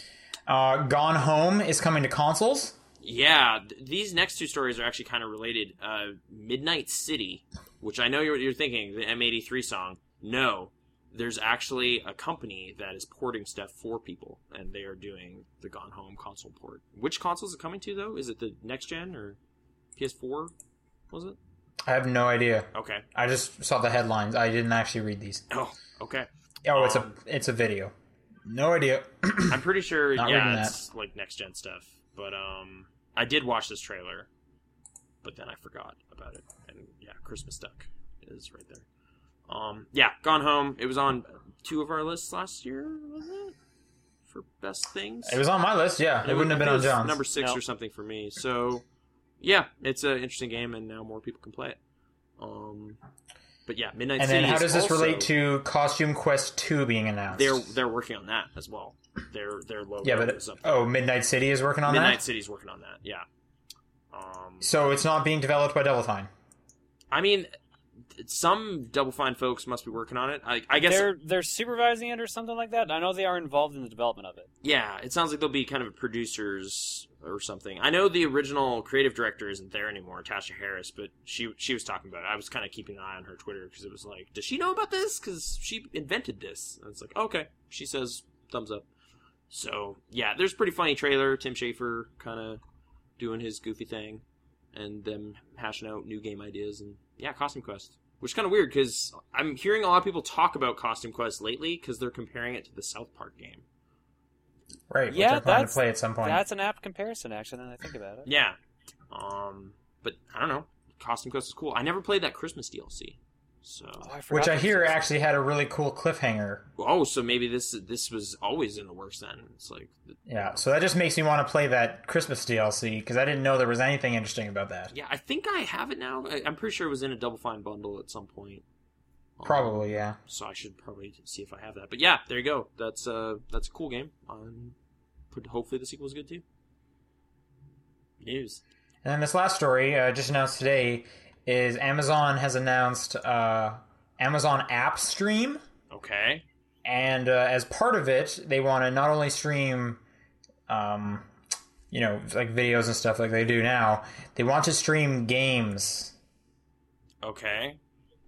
Uh, Gone Home is coming to consoles.
Yeah, th- these next two stories are actually kind of related. Uh, Midnight City, which I know you're, you're thinking, the M83 song. No, there's actually a company that is porting stuff for people, and they are doing the Gone Home console port. Which console is it coming to, though? Is it the next gen or PS4? Was it?
I have no idea.
Okay.
I just saw the headlines. I didn't actually read these.
Oh, okay.
Oh, it's a
Um,
it's a video. No idea.
I'm pretty sure,
Not reading
yeah,
that.
it's like next gen stuff. But um, I did watch this trailer, but then I forgot about it. And yeah, Christmas Duck is right there. Um, yeah, Gone Home. It was on two of our lists last year, wasn't it? For best things.
It was on my list. Yeah,
And
it wouldn't
was-
have been
it
on
was
John's.
Number six
No.
or something for me. So yeah, it's an interesting game, and now more people can play it. Um, but yeah, Midnight.
and then,
City
how
is
does this
also-
relate to Costume Quest Two being announced?
They're they're working on that as well. Their their logo
yeah, but
is up there.
oh, Midnight City is working on
Midnight
that.
City's working on that. Yeah. Um,
So it's not being developed by Devil Time.
I mean, some Double Fine folks must be working on it. I, I guess
they're they're supervising it or something like that. I know they are involved in the development of it.
yeah, it sounds like they'll be kind of producers or something. I know the original creative director isn't there anymore, Tasha Harris, but she she was talking about it. I was kind of keeping an eye on her Twitter because it was like, does she know about this? Because she invented this. And it's like, okay, she says thumbs up. So yeah, there's a pretty funny trailer. Tim Schafer kind of doing his goofy thing, and them hashing out new game ideas and yeah, Costume Quest. Which is kind of weird because I'm hearing a lot of people talk about Costume Quest lately because they're comparing it to the South Park game.
Right.
Yeah,
which I plan to
that's-
play at some point.
That's an apt comparison, actually. Now that I think about it.
Yeah. Um, but I don't know. Costume Quest is cool. I never played that Christmas DLC. So
Oh, I forgot
which I
that
hear
was-
actually had a really cool cliffhanger.
oh, so maybe this this was always in the works then. It's like
Yeah, so that just makes me want to play that Christmas DLC because I didn't know there was anything interesting about that.
yeah, I think I have it now. I, I'm pretty sure it was in a Double Fine bundle at some point. Um,
Probably, yeah.
So I should probably see if I have that. But yeah, there you go. That's uh that's a cool game. Um, but hopefully the sequel's good too. News.
And then this last story, uh, just announced today, is Amazon has announced uh, Amazon App Stream,
Okay.
and uh, as part of it, they want to not only stream, um, you know, like videos and stuff like they do now. They want to stream games.
Okay.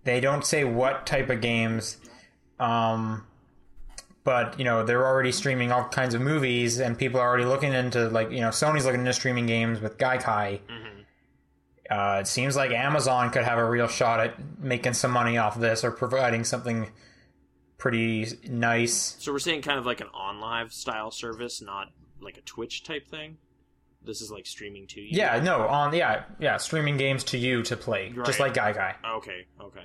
They don't say what type of games, um, but you know they're already streaming all kinds of movies, and people are already looking into like you know Sony's looking into streaming games with Gaikai.
Mhm.
Uh, it seems like Amazon could have a real shot at making some money off this or providing something pretty nice.
So we're saying kind of like an on live style service, not like a Twitch type thing. This is like streaming to you.
Yeah, no, on yeah, yeah, streaming games to you to play, just
Right.
like Gaikai.
Okay. Okay.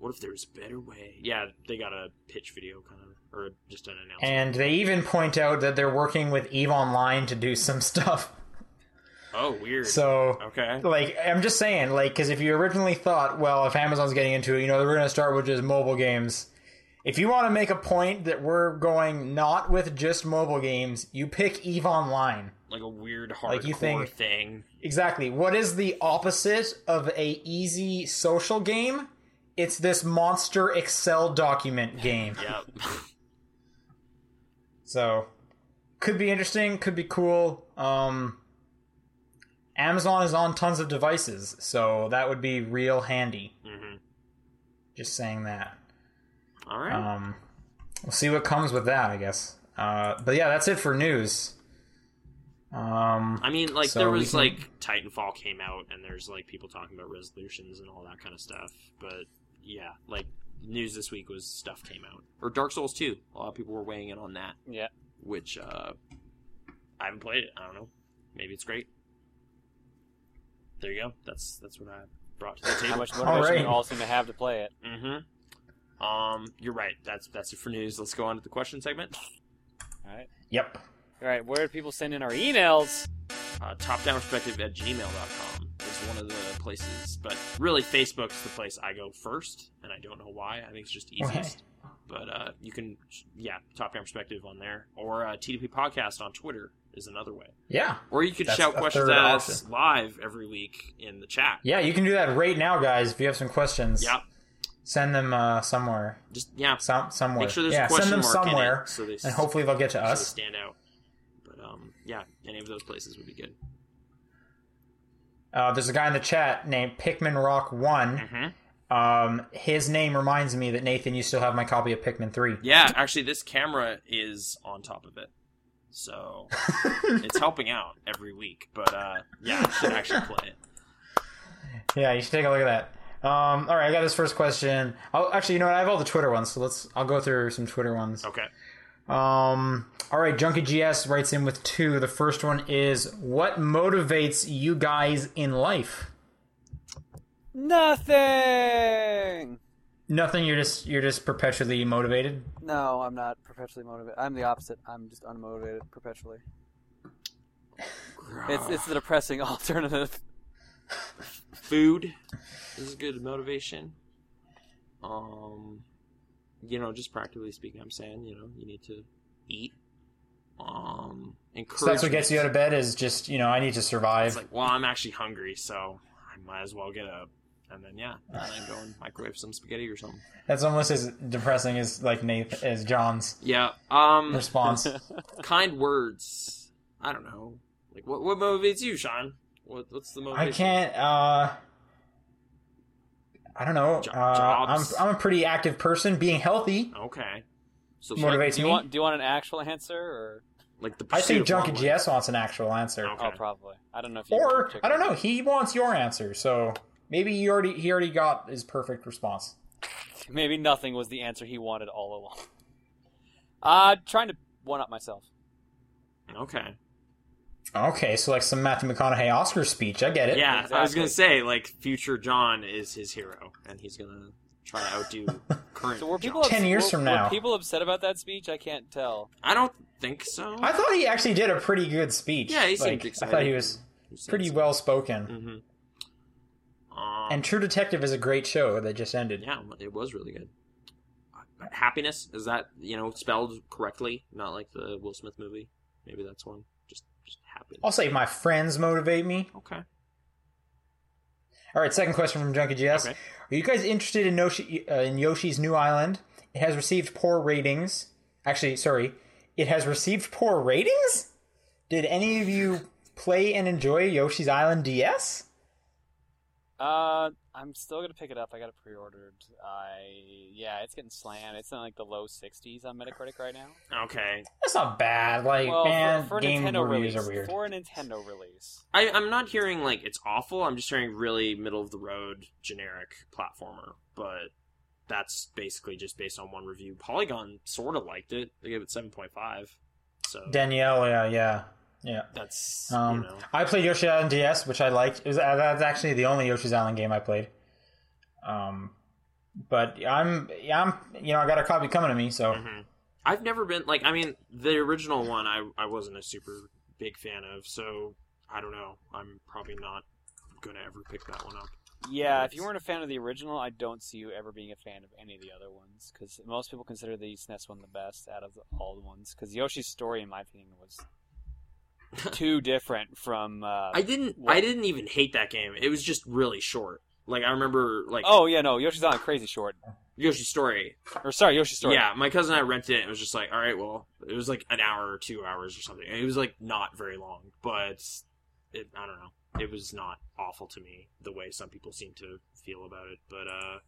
What if there's a better way? Yeah, they got a pitch video kind of, or just an announcement.
And they even point out that they're working with Eve Online to do some stuff.
oh, weird.
So
okay.
like I'm just saying, like, because if you originally thought, well, if Amazon's getting into it, you know, we're going to start with just mobile games. If you want to make a point that we're going not with just mobile games, you pick Eve Online.
Like a weird hardcore
Like you think-
thing.
Exactly. What is the opposite of a easy social game? It's this monster Excel document game.
Yeah.
So, could be interesting. Could be cool. Um, Amazon is on tons of devices, so that would be real handy.
hmm
Just saying that.
All right.
Um, we'll see what comes with that, I guess. Uh, but yeah, that's it for news. Um,
I mean, like
so
there
we
was
can-
like Titanfall came out, and there's like people talking about resolutions and all that kind of stuff. But yeah, like news this week was stuff came out, or Dark Souls two. A lot of people were weighing in on that.
Yeah.
which uh, I haven't played it. I don't know. Maybe it's great. There you go. That's that's what I brought to the
How
table.
much motivation
right.
we all seem to have to play it.
mm-hmm. Um, you're right. That's that's it for news. Let's go on to the question segment.
All right.
yep.
All right. Where do people send in our emails?
uh, topdownperspective at gmail.com is one of the places. But really, Facebook's the place I go first, and I don't know why. I think it's just easiest. But uh, you can, yeah, Top Down Perspective on there. Or uh, TDP Podcast on Twitter is another way.
Yeah.
Or you could
That's
shout
a
questions
third
at us live every week in the chat.
Yeah, you can do that right now, guys. If you have some questions,
Yeah,
send them uh, somewhere.
just, yeah.
Some, somewhere.
Make sure there's
yeah,
a question
send them
mark in
somewhere,
it so they,
and hopefully they'll get to
so they
us.
stand out. But um, yeah, any of those places would be good.
Uh, there's a guy in the chat named Pikmin Rock One.
Mm-hmm.
Um, his name reminds me that Nathan, you still have my copy of Pikmin Three.
Yeah, actually, this camera is on top of it, so it's helping out every week. But uh, yeah, I should actually play it.
Yeah, you should take a look at that. Um, all right, I got this first question. I'll, actually, you know what? I have all the Twitter ones, so let's. I'll go through some Twitter ones.
Okay.
Um, all right, Junkie GS writes in with two. The first one is what motivates you guys in life?
Nothing.
Nothing. You're just you're just perpetually motivated.
No, I'm not perpetually motivated. I'm the opposite. I'm just unmotivated perpetually. It's
Ah.
it's the depressing alternative.
food. This is good motivation. Um, you know, just practically speaking, I'm saying, you know, you need to eat. Um, encourage.
So that's what gets you out of bed is just you know I need to survive.
It's like, well, I'm actually hungry, so I might as well get a and then yeah, and then go and microwave some spaghetti or something.
That's almost as depressing as like Nate as John's
Yeah. Um.
response.
kind words. I don't know. Like what? What motivates you, Sean? What? What's the motivation?
I can't. uh I don't know.
Jo-
Uh, I'm
jobs.
I'm a pretty active person. Being healthy
Okay. So
Motivate-
Like,
like,
Motivates
do you
me?
want do you want an actual answer or
like the
I
pursuit
think
of
Junkie
one
GS wants an actual answer,
Okay.
oh probably I don't know if you
or
particularly-
I don't know. He wants your answer, so maybe he already he already got his perfect response.
maybe nothing was the answer he wanted all along. Uh trying to one up myself.
word. Okay.
Okay, so like some Matthew McConaughey Oscar speech. I get it.
Yeah, I was
Exactly.
gonna say like future John is his hero, and he's gonna try to outdo current.
So were people
John.
ups-
10 years
were-
from
were
now.
people upset about that speech? I can't tell.
I don't think so.
I thought he actually did a pretty good speech.
yeah, he seemed
Like,
excited.
I thought he was pretty well spoken.
hmm Um,
And True Detective is a great show that just ended.
yeah, it was really good. Uh, Happiness is that you know spelled correctly, not like the Will Smith movie. Maybe that's one. Just just happiness.
I'll say my friends motivate me.
Okay.
All right, second question from Junkie GS.
Okay.
Are you guys interested in, Yoshi, uh, in Yoshi's New Island? It has received poor ratings. Actually, sorry, it has received poor ratings. Did any of you play and enjoy Yoshi's Island DS?
Uh, I'm still gonna pick it up. I got it pre-ordered. I yeah, it's getting slammed. It's in like the low 60s on Metacritic right now.
Okay.
That's not bad. Like,
well, for-
man,
for, a
game
Nintendo
reviews
release,
are weird.
for a Nintendo release,
I, I'm not hearing like it's awful. I'm just hearing really middle of the road generic platformer. But that's basically just based on one review. Polygon sort of liked it. They gave it 7.5. So
Danielle, yeah, yeah, yeah.
that's
Um,
you know
I played Yoshi's Island DS, which I liked. It was uh, that's actually the only Yoshi's Island game I played. Um, but I'm, yeah, I'm, you know, I got a copy coming to me, so
Mhm. I've never been like I mean the original one I I wasn't a super big fan of so I don't know I'm probably not gonna ever pick that one up.
yeah. If
Yes.
you weren't a fan of the original, I don't see you ever being a fan of any of the other ones because most people consider the SNES one the best out of the, all the ones. Because Yoshi's story, in my opinion, was too different from. Uh,
I didn't I didn't even hate that game. It was just really short. Like I remember like
oh yeah, no, Yoshi's Island Crazy Short,
Yoshi's Story.
or sorry, Yoshi's Story.
Yeah, my cousin and I rented it. and It was just like, all right, well, it was like an hour or two hours or something. It was like not very long, but it, I don't know. It was not awful to me the way some people seem to feel about it. But uh,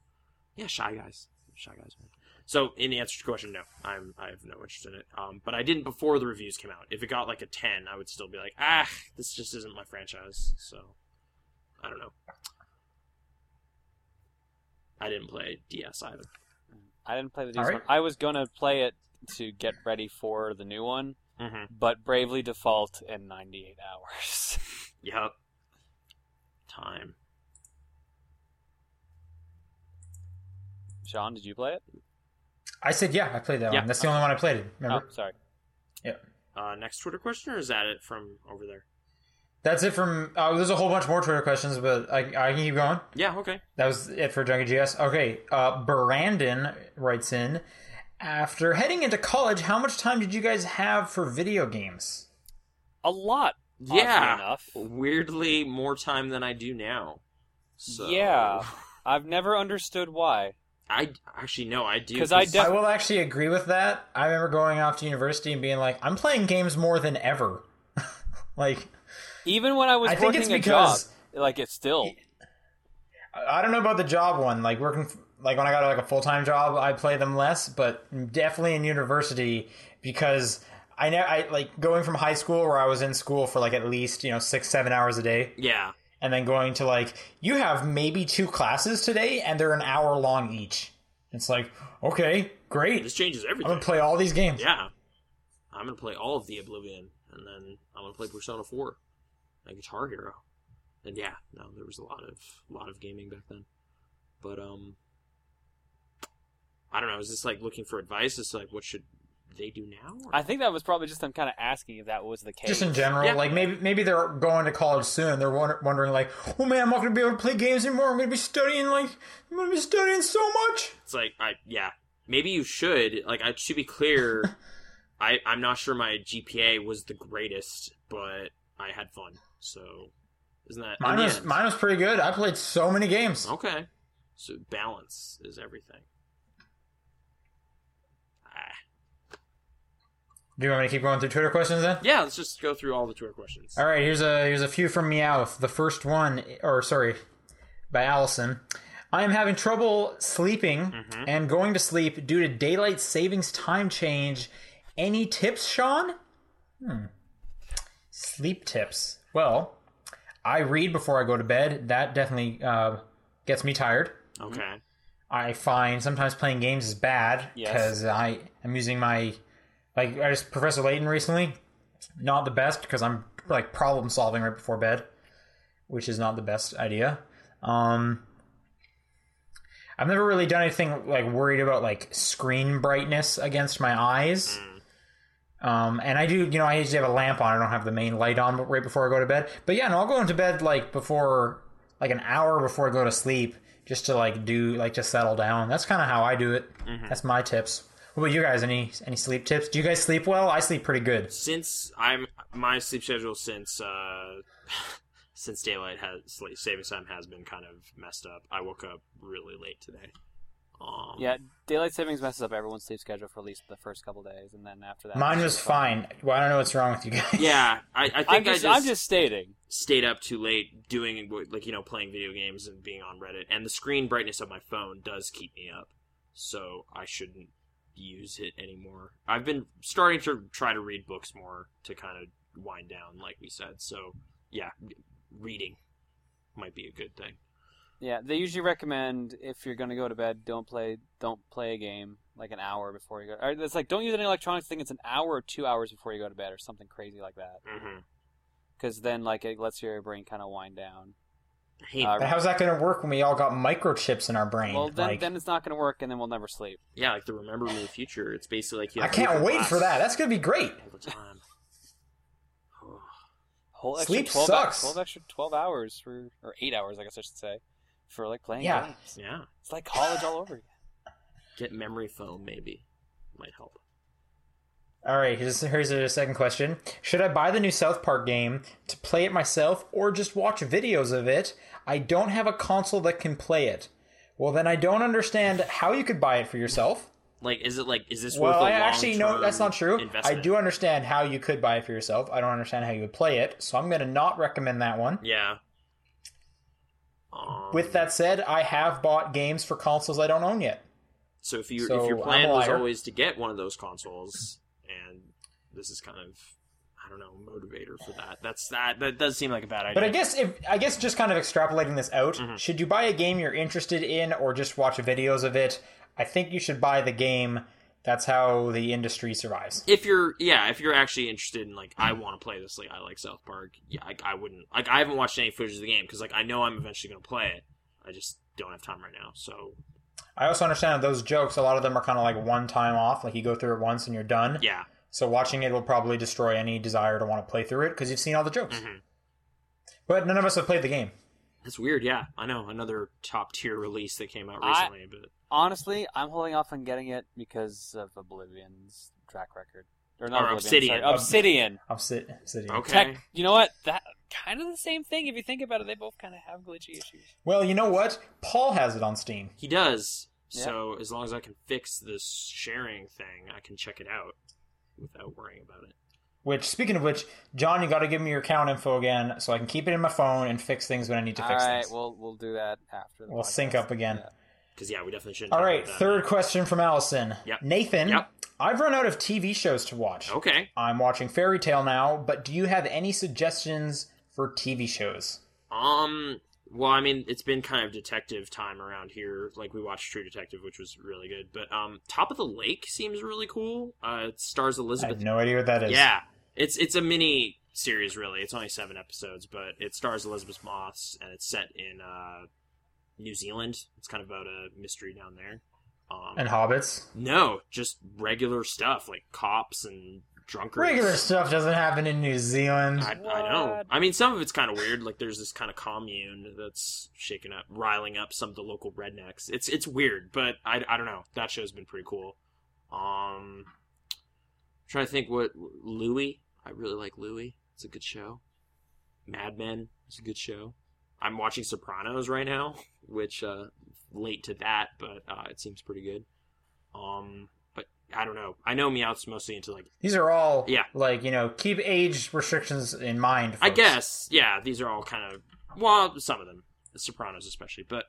yeah, shy guys, shy guys. Man. So in answer to your question, no, I'm I have no interest in it. Um, but I didn't before the reviews came out. If it got like a ten, I would still be like, ah, this just isn't my franchise. So I don't know. I didn't play DS either.
I didn't play the DS
All right.
E one. I was gonna play it to get ready for the new one,
Mm-hmm.
but bravely default in 98 hours.
Yep. Time.
Sean, did you play it?
I said, yeah, I played that
Yeah.
one. That's the only one I played. Remember?
Oh, sorry.
Uh, next Twitter question, or is that it from over there?
That's it from. Uh, there's a whole bunch more Twitter questions, but I, I can keep going.
Yeah. Okay.
That was it for Junkie GS. Okay, uh, Brandon writes in. After heading into college, how much time did you guys have for video games?
A lot. oddly
Yeah.
Enough.
Weirdly, more time than I do now. So,
Yeah. I've never understood why.
I actually no, I do
'Cause I def-
I will actually agree with that. I remember going off to university and being like, I'm playing games more than ever. like,
Even when I was
I think
working
it's
a
because-
job, like it's still.
I I don't know about the job one. Like working, like when I got like a full time job, I play them less. But definitely in university because I know I like going from high school where I was in school for like at least you know six seven hours a day,
yeah.
and then going to like you have maybe two classes today and they're an hour long each. It's like okay, great.
This changes
I'm gonna
everything.
play all these games.
yeah. I'm gonna play all of the Oblivion, and then I'm gonna play Persona Four, and Guitar Hero, and yeah, no, there was a lot of lot of gaming back then, but um, I don't know. Is this like looking for advice? Is like what should they do now? or-
I think that was probably just them kind of asking if that was the case.
Just in general,
Yeah.
like maybe maybe they're going to college soon. They're wonder- wondering like, oh man, I'm not gonna be able to play games anymore. I'm gonna be studying like I'm gonna be studying so much.
It's like I yeah. Maybe you should like I should be clear. I I'm not sure my GPA was the greatest, but I had fun. So Isn't that
Mine
in the
was
end.
mine was pretty good. I played so many games.
Okay. So balance is everything. Ah.
Do you want me to keep going through Twitter questions then?
Yeah, let's just go through all the Twitter questions.
All right, here's a here's a few from Meowth. The first one, or sorry, by Allison. I am having trouble sleeping and going to sleep due to daylight savings time change. Any tips, Sean? Hmm. Sleep tips. Well, I read before I go to bed. That definitely uh, gets me tired.
Okay.
I find sometimes playing games is bad
Yes.
because I am using my like I just Professor Layton recently, not the best because I'm like problem solving right before bed, which is not the best idea. Um, I've never really done anything like worried about like screen brightness against my eyes. Um, and I do, you know, I usually have a lamp on. I don't have the main light on right before I go to bed. But yeah, no, I'll go into bed like before, like an hour before I go to sleep, just to like do, like to settle down. That's kind of how I do it.
Mm-hmm.
That's my tips. What about you guys? Any any sleep tips? Do you guys sleep well? I sleep pretty good.
Since I'm my sleep schedule since uh since daylight has sla- savings time has been kind of messed up. I woke up really late today. Um,
Yeah, daylight savings messes up everyone's sleep schedule for at least the first couple days, and then after that,
Mine
it's
was
just
fine. Well, I don't know what's wrong with you guys.
Yeah, I, I think
I'm just,
I just,
I'm just stating.
stayed up too late doing what- like you know playing video games and being on Reddit, and the screen brightness of my phone does keep me up, so I shouldn't use it anymore. I've been starting to try to read books more to kind of wind down, like we said. So yeah, reading might be a good thing.
Yeah, they usually recommend if you're going to go to bed, don't play, don't play a game like an hour before you go. Or it's like don't use any electronics. Thing it's an hour or two hours before you go to bed, or something crazy like that,
Mm-hmm.
because then like it lets your brain kind of wind down.
Hey,
Uh,
But how's that going to work when we all got microchips in our brain?
Well, then
like,
then it's not going to work, and then we'll never sleep.
yeah, like the remember me future. It's basically like you
I
have
can't
Luther
wait
Glass
for that. That's going to be great.
all the time.
Whole extra
Sleep
12
sucks.
Twelve extra twelve hours for, or eight hours, I guess I should say, for like playing
Yeah.
games.
yeah,
It's like college all over again.
get memory foam maybe might help.
All right, here's here's a second question. Should I buy the new South Park game to play it myself or just watch videos of it? I don't have a console that can play it. Well, then I don't understand how you could buy it for yourself.
Like, is it like is this worth
Well,
a
I actually no,
long-term
that's not true.
Investment?
I do understand how you could buy it for yourself. I don't understand how you would play it, so I'm going to not recommend that one.
Yeah. Um,
With that said, I have bought games for consoles I don't own yet.
so if you
so
if your
I'm a
plan was
liar.
always to get one of those consoles, and this is kind of I don't know motivator for that. That's that that does seem like a bad idea.
But I guess if I guess just kind of extrapolating this out,
Mm-hmm.
should you buy a game you're interested in or just watch videos of it? I think you should buy the game. That's how the industry survives.
if you're yeah, if you're actually interested in like I want to play this, like I like South Park, yeah, I, I wouldn't like I haven't watched any footage of the game because like I know I'm eventually gonna play it. I just don't have time right now. So
I also understand that those jokes, a lot of them are kind of like one time off, like you go through it once and you're done.
yeah,
So watching it will probably destroy any desire to want to play through it because you've seen all the jokes.
Mhm.
But none of us have played the game.
that's weird. Yeah, I know another top tier release that came out
I-
recently, but
Honestly, I'm holding off on getting it because of Oblivion's track record, or not
Or Obsidian.
Oblivion, sorry, Obsidian.
Obsid- Obsidian.
okay,
Tech, you know what? That kind of the same thing. If you think about it, they both kind of have glitchy issues.
Well, you know what? Paul has it on Steam.
He does.
Yeah.
So as long as I can fix this sharing thing, I can check it out without worrying about it.
Which, speaking of which, John, you got to give me your account info again so I can keep it in my phone and fix things when I need to
All
fix
right,
things.
we'll we'll do that after. The
We'll
podcast.
sync up again.
Yeah.
Because yeah, we definitely shouldn't.
All
talk
right,
about that.
third question from Allison.
Yep.
Nathan,
Yep.
I've run out of TV shows to watch.
Okay.
I'm watching Fairy Tale now, but do you have any suggestions for TV shows?
Um. Well, I mean, it's been kind of detective time around here. Like we watched True Detective, which was really good. But um, Top of the Lake seems really cool. Uh, it stars
I
Elizabeth
have no idea what that is.
Yeah, it's it's a mini series really. It's only seven episodes, but it stars Elizabeth Moss and it's set in uh, New Zealand. It's kind of about a mystery down there. Um,
And Hobbits?
no, just regular stuff like cops and drunkards.
Regular stuff doesn't happen in New Zealand.
I, I know.
What?
I mean, some of it's kind of weird. Like there's this kind of commune that's shaking up, riling up some of the local rednecks. It's it's weird, but I, I don't know. That show's been pretty cool. Um, trying to think what Louie. I really like Louie. It's a good show. Mad Men is a good show. I'm watching Sopranos right now, which uh, late to that, but uh, it seems pretty good. Um, but I don't know. I know Meowth's mostly into like
These are all,
Yeah.
like, you know, keep age restrictions in mind.
I
folks.
guess, yeah, these are all kind of well, some of them, The Sopranos especially, but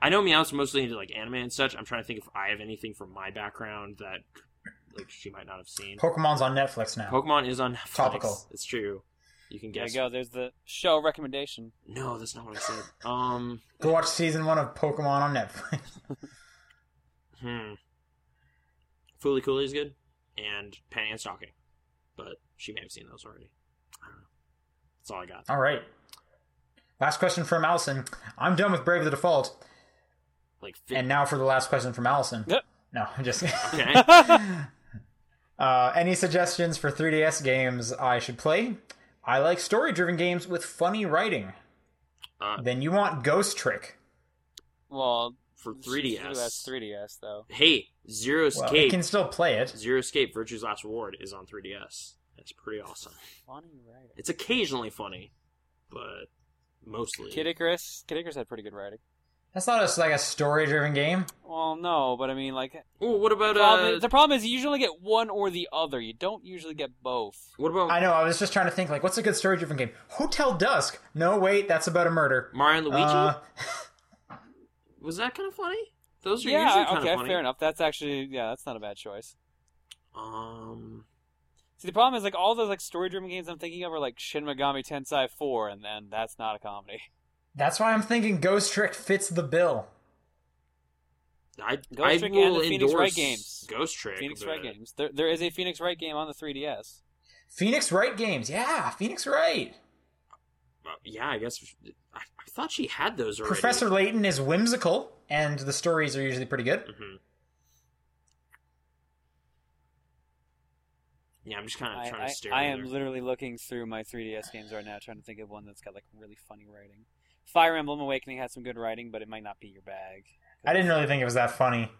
I know Meow's mostly into like anime and such. I'm trying to think if I have anything from my background that like she might not have seen.
Pokemon's on Netflix now.
Pokemon is on Netflix.
Topical.
It's true. You can
There
guess.
you go. There's the show recommendation.
No, that's not what I said. Um,
Go watch season one of Pokemon on Netflix.
hmm. Foolie Cooley is good, and Penny and Stocking, but she may have seen those already. I don't know. That's all I got.
all right. Last question from Allison. I'm done with Brave the Default.
Like, fi-
And now for the last question from Allison.
Yep.
No, I'm just
okay.
Uh, any suggestions for 3DS games I should play? I like story driven games with funny writing.
Uh,
then you want Ghost Trick.
well,
For
That's
3DS.
3DS though.
Hey, Zero
Well,
Escape.
you can still play it.
Zero Escape Virtue's Last Reward is on 3DS. That's pretty awesome.
Bonnie Ryder.
It's occasionally funny, but mostly.
Kid Icarus. Kid Icarus had pretty good writing.
That's not a, like a story driven game.
Well, no, but I mean, like,
Ooh, what about
problem
uh,
is- the problem is you usually get one or the other. You don't usually get both.
what about
I know, I was just trying to think, like, what's a good story driven game? Hotel Dusk. No, wait, that's about a murder.
Mario and Luigi?
Uh,
Was that kind of funny? Those are usually
Yeah,
kind
okay,
of funny.
fair enough. That's actually yeah, that's not a bad choice.
Um,
See, the problem is like all those like story-driven games I'm thinking of are like Shin Megami Tensei 4, and then that's not a comedy.
that's why I'm thinking Ghost Trick fits the bill.
I
Ghost
I
Trick and
will
the Phoenix
endorse
Wright games.
Ghost Trick.
Phoenix
but
Wright games. There, there is a Phoenix Wright game on the 3DS.
Phoenix Wright games. Yeah, Phoenix Wright.
uh, yeah, I guess I, I thought she had those already.
Professor Layton is whimsical, and the stories are usually pretty good.
Mhm. Yeah, I'm just kind of
I,
trying
I-
to stare.
I
in
am
there.
literally looking through my 3DS games right now, trying to think of one that's got like really funny writing. Fire Emblem Awakening had some good writing, but it might not be your bag.
I didn't really think it was that funny.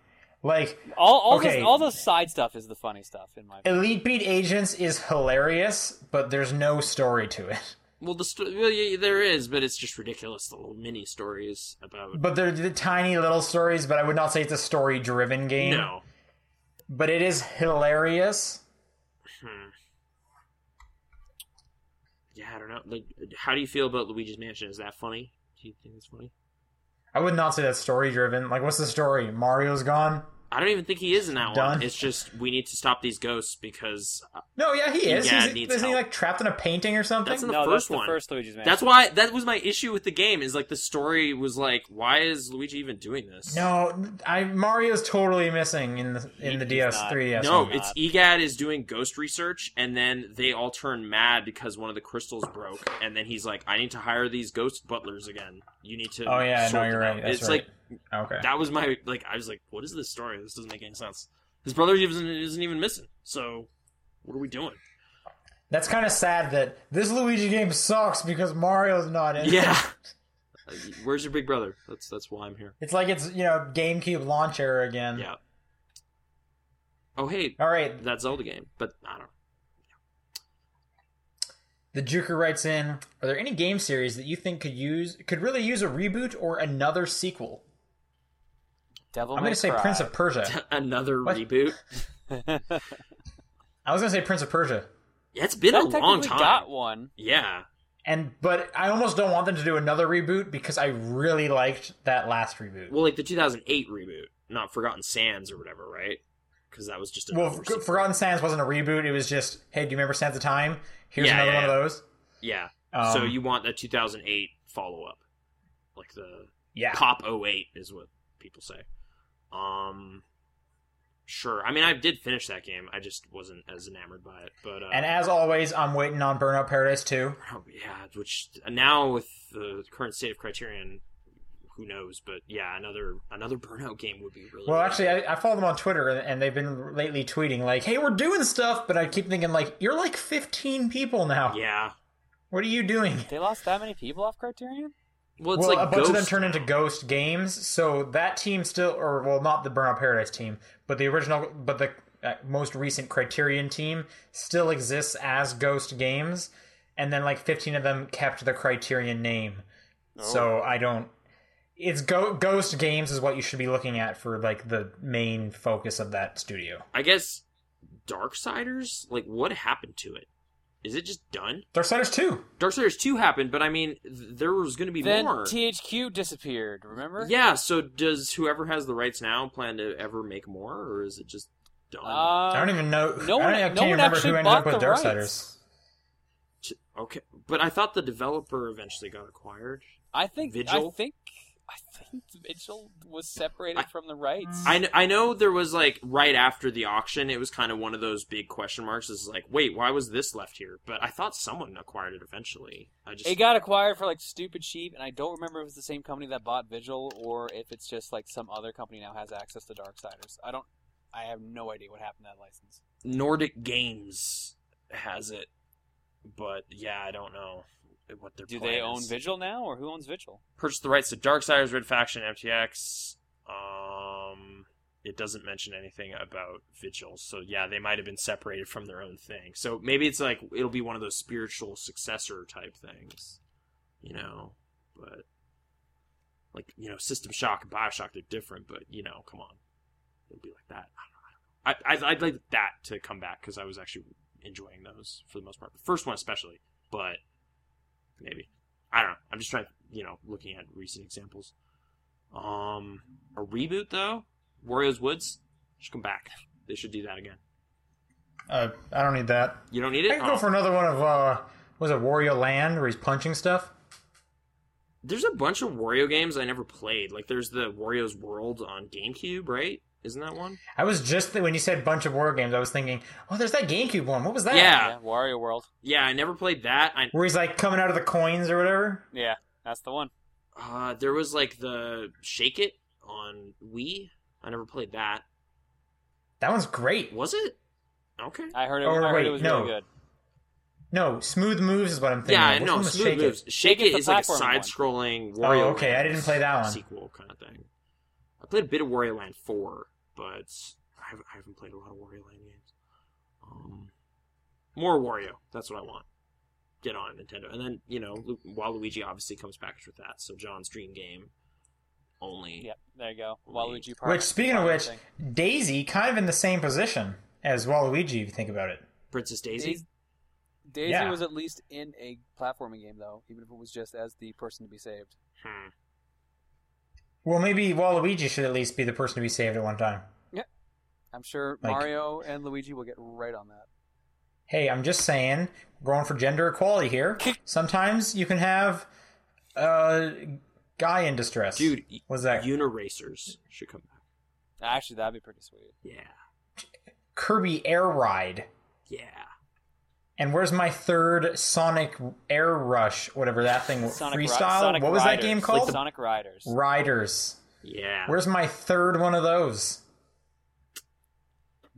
Like,
All all
Okay.
those all those side stuff is the funny stuff in my.
Elite Beat Agents is hilarious, but there's no story to it.
Well, the sto- well, yeah, there is, but it's just ridiculous. The little mini stories about
But they're the tiny little stories, but I would not say it's a story driven game.
no.
But it is hilarious.
Hmm. Yeah, I don't know. Like, how do you feel about Luigi's Mansion? Is that funny? Do you think it's funny?
I would not say that's story driven. Like, what's the story? Mario's gone?
I don't even think he is in that
Done.
one. It's just we need to stop these ghosts because uh,
No, yeah, he
Your
is.
dad
He's,
needs
isn't he
help.
like trapped in a painting or something?
That's in the
no,
first
that's
one.
the first Luigi's Mansion.
that's why that was my issue with the game. Is like the story was like, why is Luigi even doing this?
no, I Mario's totally missing in the in the
He's
DS,
not.
3DS.
no,
one.
not.
it's Egad is doing ghost research, and then they all turn mad because one of the crystals broke, and then he's like, "I need to hire these ghost butlers again. You need to."
Oh yeah, no,
sort
you're
them out."
right. That's
it's
right.
like
okay.
that was my like. I was like, "What is this story? This doesn't make any sense." His brother isn't, isn't even missing. So, what are we doing?
That's kind of sad that this Luigi game sucks because Mario's not in. it.
yeah, Uh, where's your big brother? That's that's why I'm here.
It's like it's you know GameCube launch error again.
Yeah. Oh hey,
All right.
that Zelda game, but I don't.
The Juker writes in: Are there any game series that you think could use could really use a reboot or another sequel?
Devil
Oh
I'm
May
gonna say
Cry.
Prince of Persia.
Another
What?
reboot.
I was gonna say Prince of Persia,
Yeah, it's been
That
a long
technically
time.
Got one.
Yeah.
and but I almost don't want them to do another reboot because I really liked that last reboot.
Well, like the 2008 reboot, not Forgotten Sands or whatever, right? Because that was just
Well,
another
For-
sequel.
Forgotten Sands wasn't a reboot; it was just, hey, do you remember Sands of Time? Here's
Yeah,
another
yeah,
one of those.
Yeah.
Um,
so you want a 2008 follow up, like the
yeah,
Pop 08 is what people say. Um, sure. I mean, I did finish that game. I just wasn't as enamored by it, but uh,
and as always, I'm waiting on Burnout Paradise 2.
oh, yeah. Which now with the current state of Criterion, who knows? But yeah, another another Burnout game would be really
Well,
good.
actually, I, I follow them on Twitter, and, and they've been lately tweeting like, "Hey, we're doing stuff," but I keep thinking like, "You're like 15 people now.
yeah.
What are you doing?"
They lost that many people off Criterion?
Well, it's
well,
like
a bunch of them
Ghost
turn into
now.
Ghost games, so that team still, or well, not the Burnout Paradise team, but the original, but the uh, most recent Criterion team still exists as Ghost Games, and then like 15 of them kept the Criterion name.
Oh.
So I don't. It's Go- Ghost Games is what you should be looking at for like the main focus of that studio.
I guess Darksiders? Like, what happened to it? Is it just done?
Darksiders 2.
Darksiders 2 happened, but I mean, th- there was going to be
Then
more.
THQ disappeared. Remember?
yeah, so does whoever has the rights now plan to ever make more, or is it just done?
Uh,
I don't even know.
No one,
I, don't, I can't
no one
remember
actually
who ended
bought
up with
the
Darksiders.
rights.
T- okay, but I thought the developer eventually got acquired.
I think.
Vigil?
I think. I think Vigil was separated
I-
from the rights.
I, kn- I know there was like right after the auction, it was kind of one of those big question marks. Is like, wait, why was this left here? But I thought someone acquired it eventually. I just
It got acquired for like stupid cheap, and I don't remember if it was the same company that bought Vigil or if it's just like some other company now has access to Darksiders. I don't. I have no idea what happened to that license.
Nordic Games has it, but yeah, I don't know what they're.
Do they own Vigil now, or who owns Vigil?
Purchase the rights to Darksiders, Red Faction, MTX. Um, it doesn't mention anything about Vigil, so yeah, they might have been separated from their own thing. So maybe it's like it'll be one of those spiritual successor type things, you know. But like you know, System Shock and Bioshock, they're different, but you know, come on, it'll be like that. I don't know. I, don't know. I, I I'd like that to come back because I was actually enjoying those for the most part. The first one especially, but maybe. I don't know. I'm just trying, you know, looking at recent examples. Um, a reboot though, Wario's Woods should come back. They should do that again.
Uh, I don't need that.
You don't need
I
it.
could go
Oh.
for another one of uh, was it Wario Land where he's punching stuff?
There's a bunch of Wario games I never played. Like there's the Wario's World on GameCube, right? Isn't that one?
I was just when you said bunch of Wario games, I was thinking, oh, there's that GameCube one. What was that?
Yeah.
yeah Wario World.
Yeah, I never played that. I
where he's like coming out of the coins or whatever.
Yeah, that's the one.
uh, there was like the Shake It on Wii. I never played that.
That one's great.
Was it? Okay.
I heard it.
Or
I heard
wait,
it was
Oh, no.
really good.
No, smooth moves is what I'm thinking.
Yeah,
of. Which
no,
one was
smooth
Shake It?
moves. Shake
Shake It's
It
a
is like a
platform one.
side-scrolling
Oh,
Wario.
okay, I
Land
didn't play that one.
Sequel kind of thing. I played a bit of Wario Land Four, but I haven't, I haven't played a lot of Wario Land games. Um, more Wario. That's what I want. Get on Nintendo, and then you know, Lu- Waluigi obviously comes packaged with that. So John's dream game only.
Yep, there you go.
Wait.
Waluigi Park.
Which, speaking of
Park
which,
thing.
Daisy kind of in the same position as Waluigi if you think about it.
Princess Daisy.
Daisy, Daisy
Yeah.
was at least in a platforming game though, even if it was just as the person to be saved.
Hmm.
Well, maybe Waluigi should at least be the person to be saved at one time.
I'm sure
Like-
Mario and Luigi will get right on that.
Hey, I'm just saying, we're going for gender equality here. Sometimes you can have a uh, guy in distress.
Dude,
was that
Uniracers should come back.
Actually, that'd be pretty sweet.
Yeah,
Kirby Air Ride?
yeah.
And where's my third Sonic Air Rush, whatever that thing was?
Sonic Ri-
Freestyle?
Sonic
what was
Riders.
that game
Like
called?
Sonic Riders.
Riders.
Yeah.
Where's my third one of those?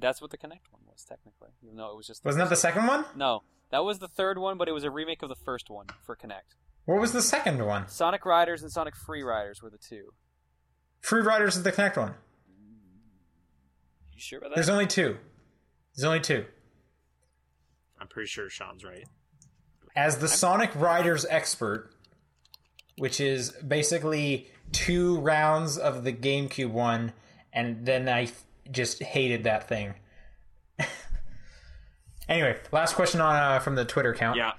That's what the Connect one was technically, even though it was just.
Wasn't that the
first
second one?
one. No, that was the third one, but it was a remake of the first one for Connect.
What was the second one?
Sonic Riders and Sonic Free Riders were the two.
Free Riders is the Connect one.
You sure about that?
There's only two. There's only two.
I'm pretty sure Sean's right.
As the Sonic Riders expert, which is basically two rounds of the GameCube one, and then I f- just hated that thing. anyway, last question on uh, from the Twitter account.
Yeah.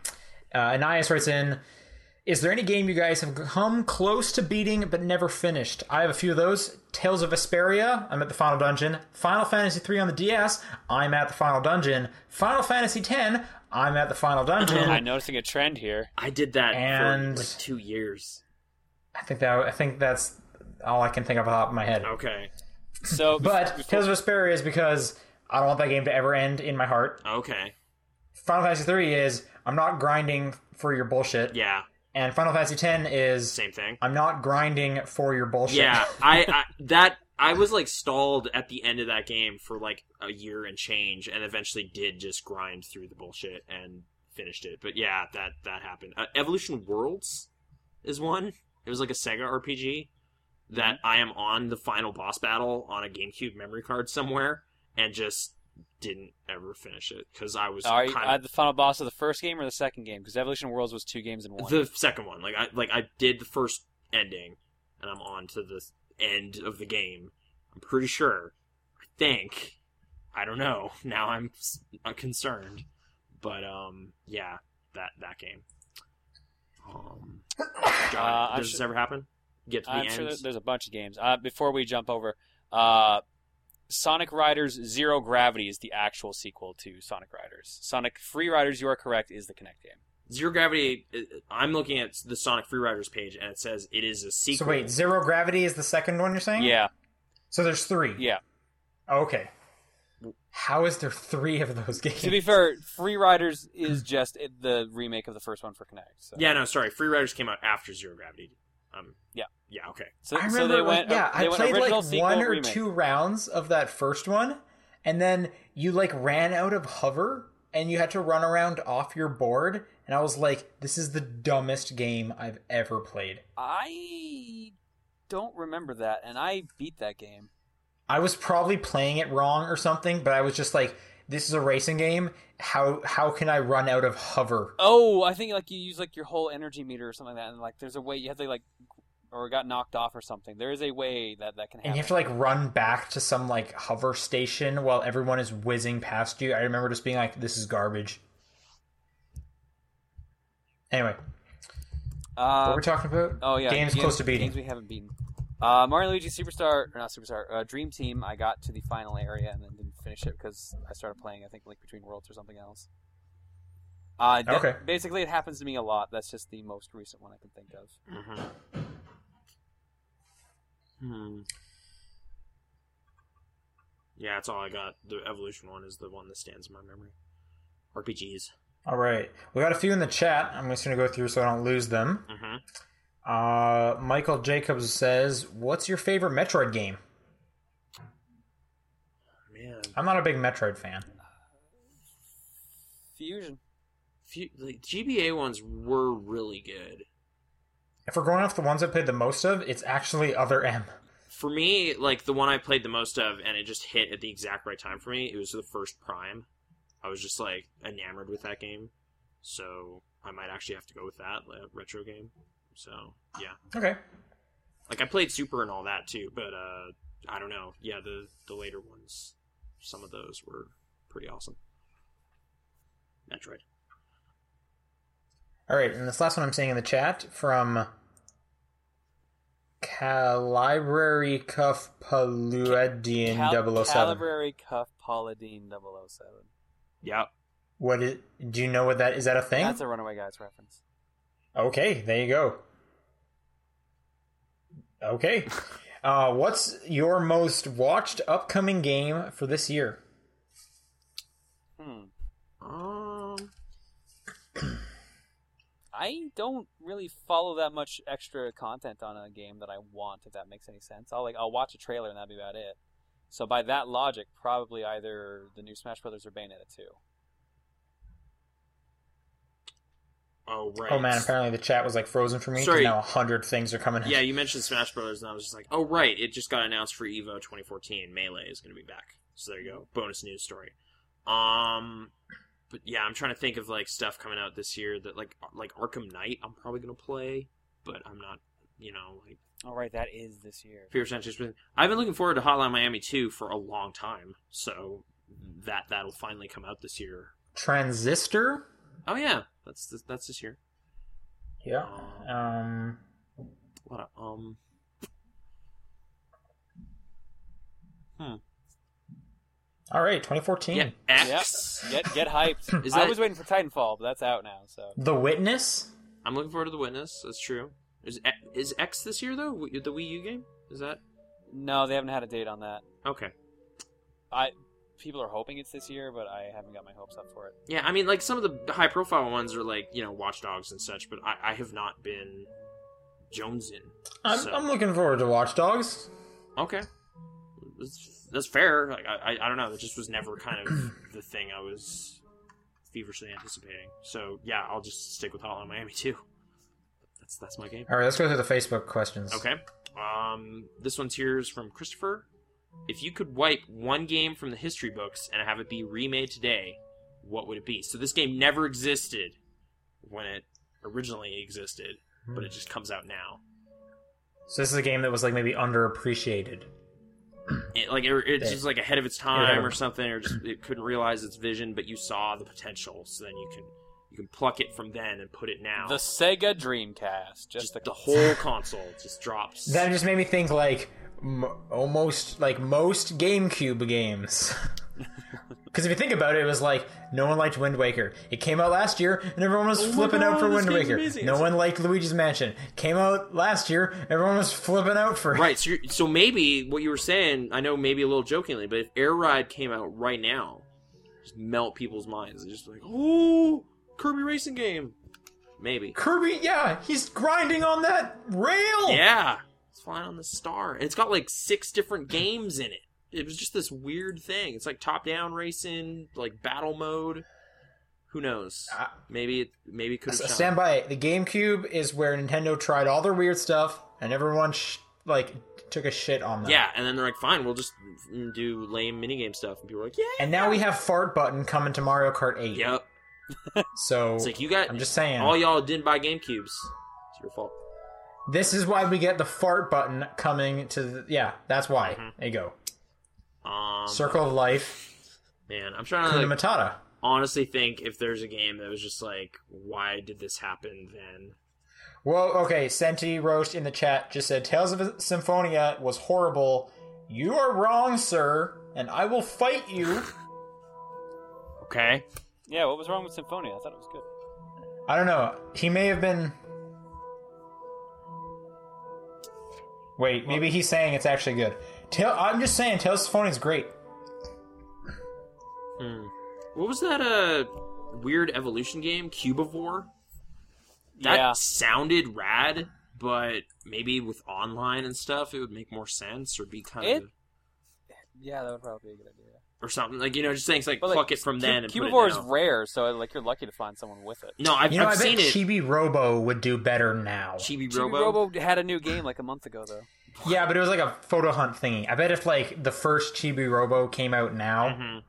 Uh, Anais writes in, "Is there any game you guys have come close to beating but never finished? I have a few of those. Tales of Vesperia. I'm at the final dungeon. Final Fantasy III on the DS. I'm at the final dungeon. Final Fantasy X. I'm at the final dungeon.
I'm noticing a trend here.
I did that
And-
for like two years.
I think that I think that's all I can think of off the top of my head.
Okay.
So,
But
before,
Tales of Vesperia is because I don't want that game to ever end in my heart.
Okay.
Final Fantasy III is I'm not grinding for your bullshit,
Yeah.
and Final Fantasy X is
Same thing.
I'm not grinding for your bullshit.
Yeah. I, I that I was like stalled at the end of that game for like a year and change, and eventually did just grind through the bullshit and finished it. But yeah, that that happened. Uh, Evolution Worlds is one. It was like a Sega RPG Mm-hmm. that I am on the final boss battle on a GameCube memory card somewhere, and just didn't ever finish it because I was
Are you
kind of
at the final boss of the first game or the second game? Because Evolution Worlds was two games in one.
the second one. Like I like I did the first ending, and I'm on to the end of the game. I'm pretty sure. I think. I don't know. Now I'm s- uh, concerned, but um, yeah, that that game. Um, God,
Uh, I'm
does this
su-
ever happen? Get to the
Uh, I'm
end.
sure that there's a bunch of games. Uh, before we jump over, uh, Sonic Riders Zero Gravity is the actual sequel to Sonic Riders. Sonic Free Riders, you are correct, is the Kinect game.
Zero Gravity. uh, I'm looking at the Sonic Free Riders page, and it says it is a sequel.
So wait, Zero Gravity is the second one you're saying?
Yeah,
So there's three.
yeah.
Okay. How is there three of those games?
To be fair, Free Riders
Mm.
is just it- the remake of the first one for Kinect. So.
Yeah, no, sorry. Free Riders came out after Zero Gravity. Um.
Yeah.
Yeah. Okay.
So,
I
so
remember,
they
like,
went.
yeah,
they
I
went
played
original,
like
sequel,
one or
remake.
two rounds of that first one, and then you like ran out of hover, and you had to run around off your board. And I was like, "This is the dumbest game I've ever played."
I don't remember that, and I beat that game.
I was probably playing it wrong or something, but I was just like, "This is a racing game. How how can I run out of hover?"
Oh, I think like you use like your whole energy meter or something like that, and like there's a way you have to like, or got knocked off or something. There is a way that that can happen.
And you have to like run back to some like hover station while everyone is whizzing past you. I remember just being like, "This is garbage." Anyway, what
Uh,
were we talking about?
oh yeah,
games close to beating.
Games we haven't beaten. Uh, Mario and Luigi Superstar, or not Superstar, uh, Dream Team. I got to the final area and then didn't finish it because I started playing. I think like between worlds or something else. Uh, that-
Okay.
Basically, it happens to me a lot. That's just the most recent one I can think of.
Mm-hmm. Hmm. Yeah, that's all I got. The evolution one is the one that stands in my memory. RPGs.
All right, we got a few in the chat. I'm just gonna go through so I don't lose them.
Mm-hmm.
Uh, Michael Jacobs says, "What's your favorite Metroid game?"
Man,
I'm not a big Metroid fan.
Fusion.
few, the GBA ones were really good.
If we're going off the ones I played the most of, it's actually Other M.
For me, like the one I played the most of, and it just hit at the exact right time for me. It was the first Prime. I was just like enamored with that game, so I might actually have to go with that like, retro game. So yeah.
Okay,
Like I played Super and all that too, but uh I don't know. Yeah, the the later ones, some of those were pretty awesome. Metroid.
all right, and this last one I'm seeing in the chat from Calibrary Cuff oh Paluadian
Cal-
007.
Calibrary Cuff oh Paladine 007.
Yep.
What is, do you know what that is? That a thing?
That's a Runaway Guys reference.
Okay, there you go. Okay. Uh, what's your most watched upcoming game for this year?
Hmm.
Um.
I don't really follow that much extra content on a game that I want, if that makes any sense. I'll like I'll watch a trailer and that'd be about it. So by that logic, probably either the new Smash Brothers or Bayonetta 2.
Oh right.
Oh man, apparently the chat was like frozen for me. 'cause
Sorry.
Now a hundred things are coming. in.
Yeah, you mentioned Smash Brothers, and I was just like, oh right, it just got announced for Evo 2014. Melee is going to be back. So there you go. Bonus news story. Um. But yeah, I'm trying to think of like stuff coming out this year that like like Arkham Knight. I'm probably going to play, but I'm not. You know, like.
All right, that is this year.
Fear Sanchez. Prison. I've been looking forward to Hotline Miami 2 for a long time, so that that'll finally come out this year.
Transistor.
Oh yeah, that's this, that's this year.
Yeah. Um.
What a, um.
All right, 2014.
Yeah, X.
Get get hyped.
Is
I
that-
was waiting for Titanfall, but that's out now. So
The Witness.
I'm looking forward to The Witness. That's true. Is X- is X this year though? Wi- The Wii U game is that
no, they haven't had a date on that.
okay?
I people are hoping it's this year, but I haven't got my hopes up for it.
Yeah, I mean, like some of the high profile ones are like you know Watch Dogs and such, but I, I have not been Jonesing.
I'm,
So-
I'm looking forward to Watch Dogs.
Okay, that's, that's fair. Like, I, I I don't know. That just was never kind of the thing I was feverishly anticipating. So yeah, I'll just stick with Hotline Miami too. That's that's my game.
All right, let's go through the Facebook questions.
Okay. Um, this one's here is from Christopher. if you could wipe one game from the history books and have it be remade today, what would it be? So this game never existed when it originally existed, but it just comes out now.
Hmm. So this is a game that was like maybe underappreciated.
It, like it, it's
Yeah.
just like ahead of its time
Yeah.
or something, or just it couldn't realize its vision, but you saw the potential, so then you can you can pluck it from then and put it now.
The Sega Dreamcast. Just,
just
the,
the whole console just drops.
That just made me think like m- almost like most GameCube games. Because if you think about it, it was like no one liked Wind Waker. It came out last year, and everyone was
Oh my
flipping out
God,
for
this
Wind
game's
Waker.
amazing.
No
It's-
one liked Luigi's Mansion. Came out last year, everyone was flipping out for. it.
Right. So, you're, so maybe what you were saying, I know maybe a little jokingly, but if Air Ride came out right now, just melt people's minds. They're just like, oh, Kirby racing game. Maybe.
Kirby, yeah, he's grinding on that rail.
Yeah. It's flying on the star. And it's got like six different games in it. It was just this weird thing. It's like top down racing, like battle mode. Who knows?
I-
Maybe it maybe it could
S-
have
stand by it. The GameCube is where Nintendo tried all their weird stuff, and everyone sh- like took a shit on them.
Yeah, and then they're like, fine, we'll just do lame minigame stuff. And people are like, yeah.
And now we have fart button coming to Mario Kart 8.
Yep.
So
It's like you got
I'm just saying,
All y'all didn't buy GameCubes. It's your fault.
this is why we get the fart button coming to. The, yeah, that's why.
Mm-hmm.
There you go.
Um,
Circle of Life,
man, I'm trying to
Kuna
like,
Matata.
honestly think if there's a game that was just like, why did this happen then?
Well, okay. Senti Roche in the chat just said Tales of Symphonia was horrible. You are wrong, sir, and I will fight you.
Okay.
yeah, what was wrong with Symphonia? I thought it was good.
I don't know. He may have been. Wait, maybe he's saying it's actually good. Tail, I'm just saying, Tales of Symphonia is great.
Hmm. What was that? uh, weird evolution game, Cubivore. That
yeah.
sounded rad, but maybe with online and stuff, it would make more sense or be kind
It-
of
Yeah, that would probably be a good idea.
or something like you know, just things like
But, like,
pluck it from then and put it
Cubivore is
now.
rare, so like you're lucky to find someone with it.
no, I've,
You know, i
I've
bet
seen it.
Chibi Robo would do better now.
Chibi
Chibi
Robo.
Robo had a new game like a month ago, though.
yeah, but it was like a photo hunt thingy. I bet if like the first Chibi Robo came out now,
Mhm.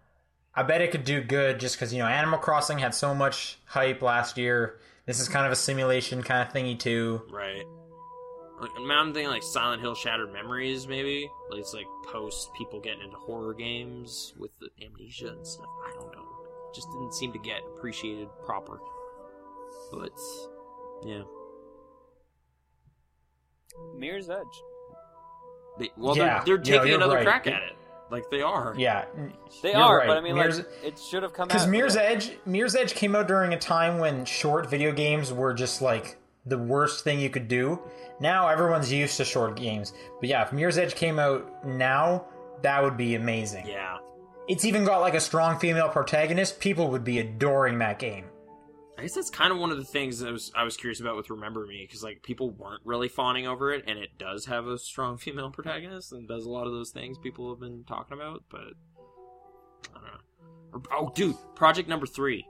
I bet it could do good just because you know Animal Crossing had so much hype last year. This is kind of a simulation kind of thingy too.
Right. Like, I'm thinking like Silent Hill Shattered Memories, maybe. Like it's like post people getting into horror games with the amnesia and stuff. I don't know. Just didn't seem to get appreciated proper. But yeah.
Mirror's Edge.
They, well,
Yeah.
they're,
No,
they're taking
you're
another
right.
crack at it. Like they are.
Yeah,
They
You're
are,
right.
but I mean,
Mirror's-
like it should have come out
because Mirror's
yeah.
Edge, Mirror's Edge came out during a time when short video games were just like the worst thing you could do. Now everyone's used to short games, but yeah, if Mirror's Edge came out now, that would be amazing.
Yeah.
It's even got like a strong female protagonist. People would be adoring that game.
I guess that's kind of one of the things that I was I was curious about with Remember Me because like people weren't really fawning over it, and it does have a strong female protagonist and does a lot of those things people have been talking about, but I don't know. Or- Oh, dude, Project Number Three,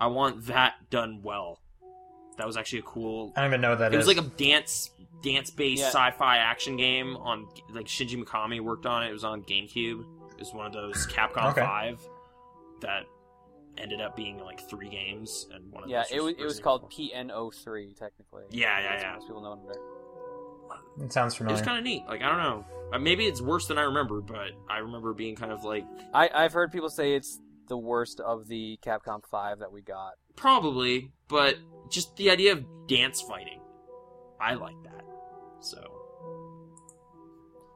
I want that done well. That was actually a cool.
I don't even know what that
It was
is.
like a dance dance based
Yeah.
sci-fi action game on like Shinji Mikami worked on it. It was on GameCube. It was one of those Capcom
Okay.
Five that ended up being like three games and one of
Yeah,
those
it was, it was
Resident Evil.
called PN03 technically.
Yeah, yeah,
That's what
yeah.
Most people know it under.
it sounds
It
familiar.
was kind of neat. Like I don't know. Uh, Maybe it's worse than I remember, but I remember being kind of like
I I've heard people say it's the worst of the Capcom 5 that we got.
probably, but just the idea of dance fighting. I like that. So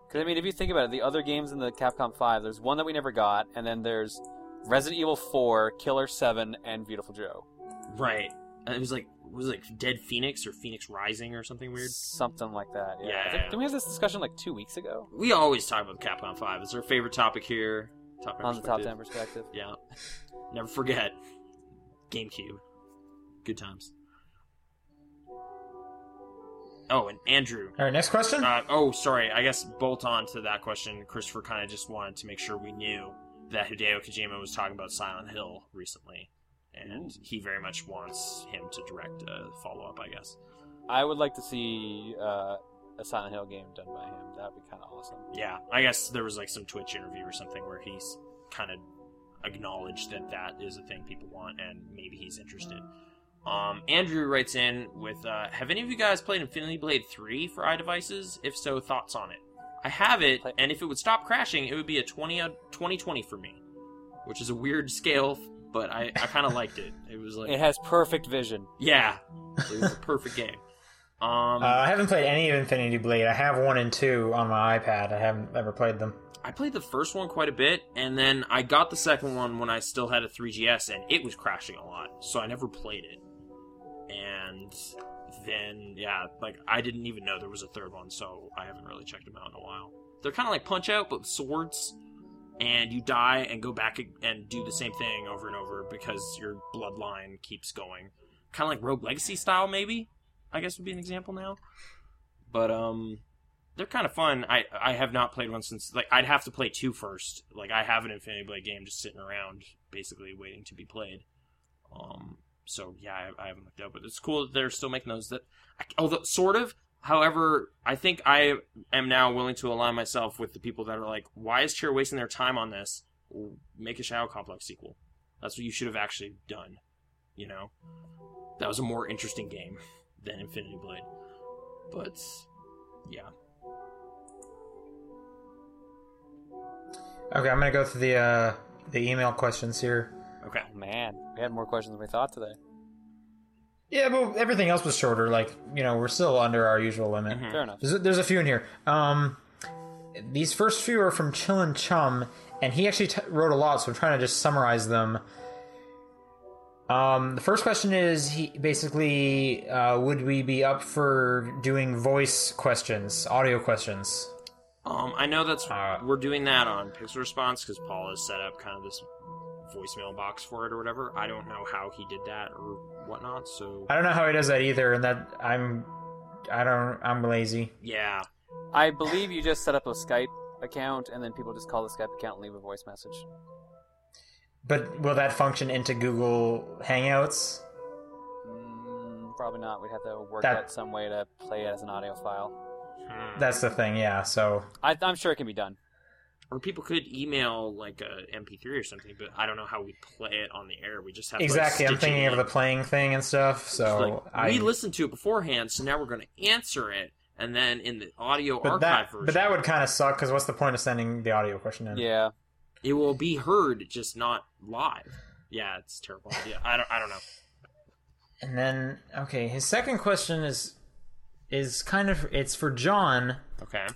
Because I mean, if you think about it, the other games in the Capcom 5, there's one that we never got, and then there's Resident Evil 4, Killer 7, and Beautiful Joe.
right, And it was like was it like Dead Phoenix or Phoenix Rising or something weird.
Something like that. Yeah.
Yeah,
I think-
yeah.
Didn't we have this discussion like two weeks ago
We always talk about the Capcom Five. It's our favorite topic here. Top
on the top
perspective.
10 perspective?
Yeah, never forget GameCube. Good times. Oh, and Andrew,
All right, next question.
Uh, oh, sorry. I guess bolt on to that question, Christopher kind of just wanted to make sure we knew that Hideo Kojima was talking about Silent Hill recently, and he very much wants him to direct a follow up. I guess.
I would like to see uh, a Silent Hill game done by him. That would be kind of awesome.
Yeah, I guess there was like some Twitch interview or something where he's kind of acknowledged that that is a thing people want and maybe he's interested. Um, Andrew writes in with, uh, "Have any of you guys played Infinity Blade Three for iDevices? If so, thoughts on it? I have it, and if it would stop crashing, it would be a 20 out- 2020 for me, which is a weird scale, but I, I kind of liked it. It was like,
It has perfect vision.
yeah, it was a perfect game. Um,
Uh, I haven't played any of Infinity Blade. I have one and two on my iPad. I haven't ever played them.
I played the first one quite a bit, and then I got the second one when I still had a 3GS, and it was crashing a lot, so I never played it. And then, yeah, like I didn't even know there was a third one, so I haven't really checked them out in a while. They're kind of like Punch Out, but with swords, and you die and go back ag- and do the same thing over and over because your bloodline keeps going. Kind of like Rogue Legacy style, maybe. I guess would be an example now. But um, they're kind of fun. I I have not played one since like I'd have to play two first. Like I have an Infinity Blade game just sitting around, basically waiting to be played. Um, so yeah, I, I haven't looked up, but it's cool that they're still making those. That I, although sort of, however, I think I am now willing to align myself with the people that are like, why is Cheer wasting their time on this? Make a Shadow Complex sequel. That's what you should have actually done. You know, that was a more interesting game than Infinity Blade. But yeah.
Okay, I'm gonna go through the uh, the email questions here.
Okay.
Oh, man, we had more questions than we thought today.
Yeah, but everything else was shorter. Like you know, we're still under our usual limit.
Mhm.
Fair enough.
There's a, there's a few in here. Um, these first few are from Chillin' Chum, and he actually t- wrote a lot, so I'm trying to just summarize them. Um, the first question is he basically uh, would we be up for doing voice questions, audio questions?
Um, I know that's
Uh,
we're doing that on Pixel Response because Paul has set up kind of this voicemail box for it or whatever. I don't know how he did that or whatnot. So
I don't know how he does that either, and that I'm I don't I'm lazy.
yeah,
I believe you just set up a Skype account, and then people just call the Skype account and leave a voice message.
But will that function into Google Hangouts?
Mm, probably not. We'd have to work
That-
out some way to play it as an audio file.
Hmm.
That's the thing, yeah. So
I, I'm sure it can be done.
or people could email like a MP3 or something, but I don't know how we play it on the air. We just have to, like,
exactly, I'm
stitch it
thinking of
in.
the playing thing and stuff.
Just,
So
like,
I
we listened to it beforehand, so now we're going to answer it, and then in the audio
but
archive
that
version,
but that would kind of suck because what's the point of sending the audio question in?
Yeah.
it will be heard, just not live. Yeah, it's a terrible idea. I don't, I don't know.
And then okay, his second question is is kind of it's for John,
Okay.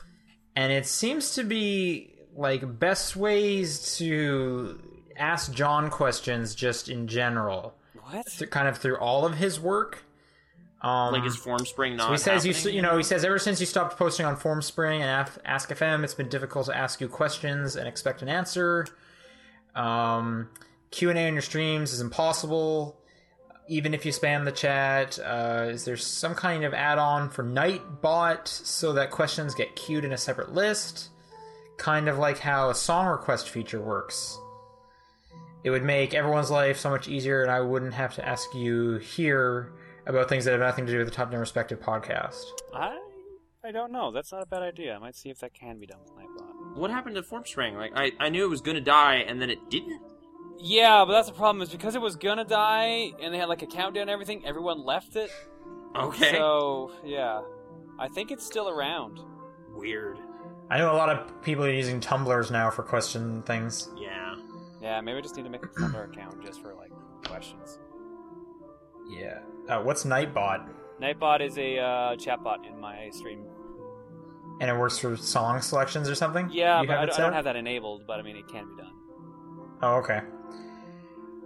and it seems to be like best ways to ask John questions just in general.
What?
th- kind of through all of his work. Um,
like his form spring not
so he says you s-
happening?
you know he says ever since you stopped posting on FormSpring and Af- Ask FM, it's been difficult to ask you questions and expect an answer. Um, Q and A on your streams is impossible. Even if you spam the chat, uh, is there some kind of add-on for Nightbot so that questions get queued in a separate list? Kind of like how a song request feature works. It would make everyone's life so much easier, and I wouldn't have to ask you here about things that have nothing to do with the Top 10 Respective podcast.
I I don't know. That's not a bad idea. I might see if that can be done with Nightbot.
what happened to form spring like I, I knew it was gonna die and then it didn't
Yeah, but that's the problem is because it was gonna die, and they had like a countdown and everything. Everyone left it.
okay
So yeah, I think it's still around.
weird
I know a lot of people are using tumblers now for question things.
yeah
Yeah, maybe I just need to make a Tumblr account just for like questions.
Yeah. Uh, what's Nightbot?
Nightbot is a uh, chatbot in my stream.
And it works for song selections or something?
Yeah,
You
but I
it
don't, I
set
don't
up?
have that enabled. But I mean, it can be done.
Oh, okay.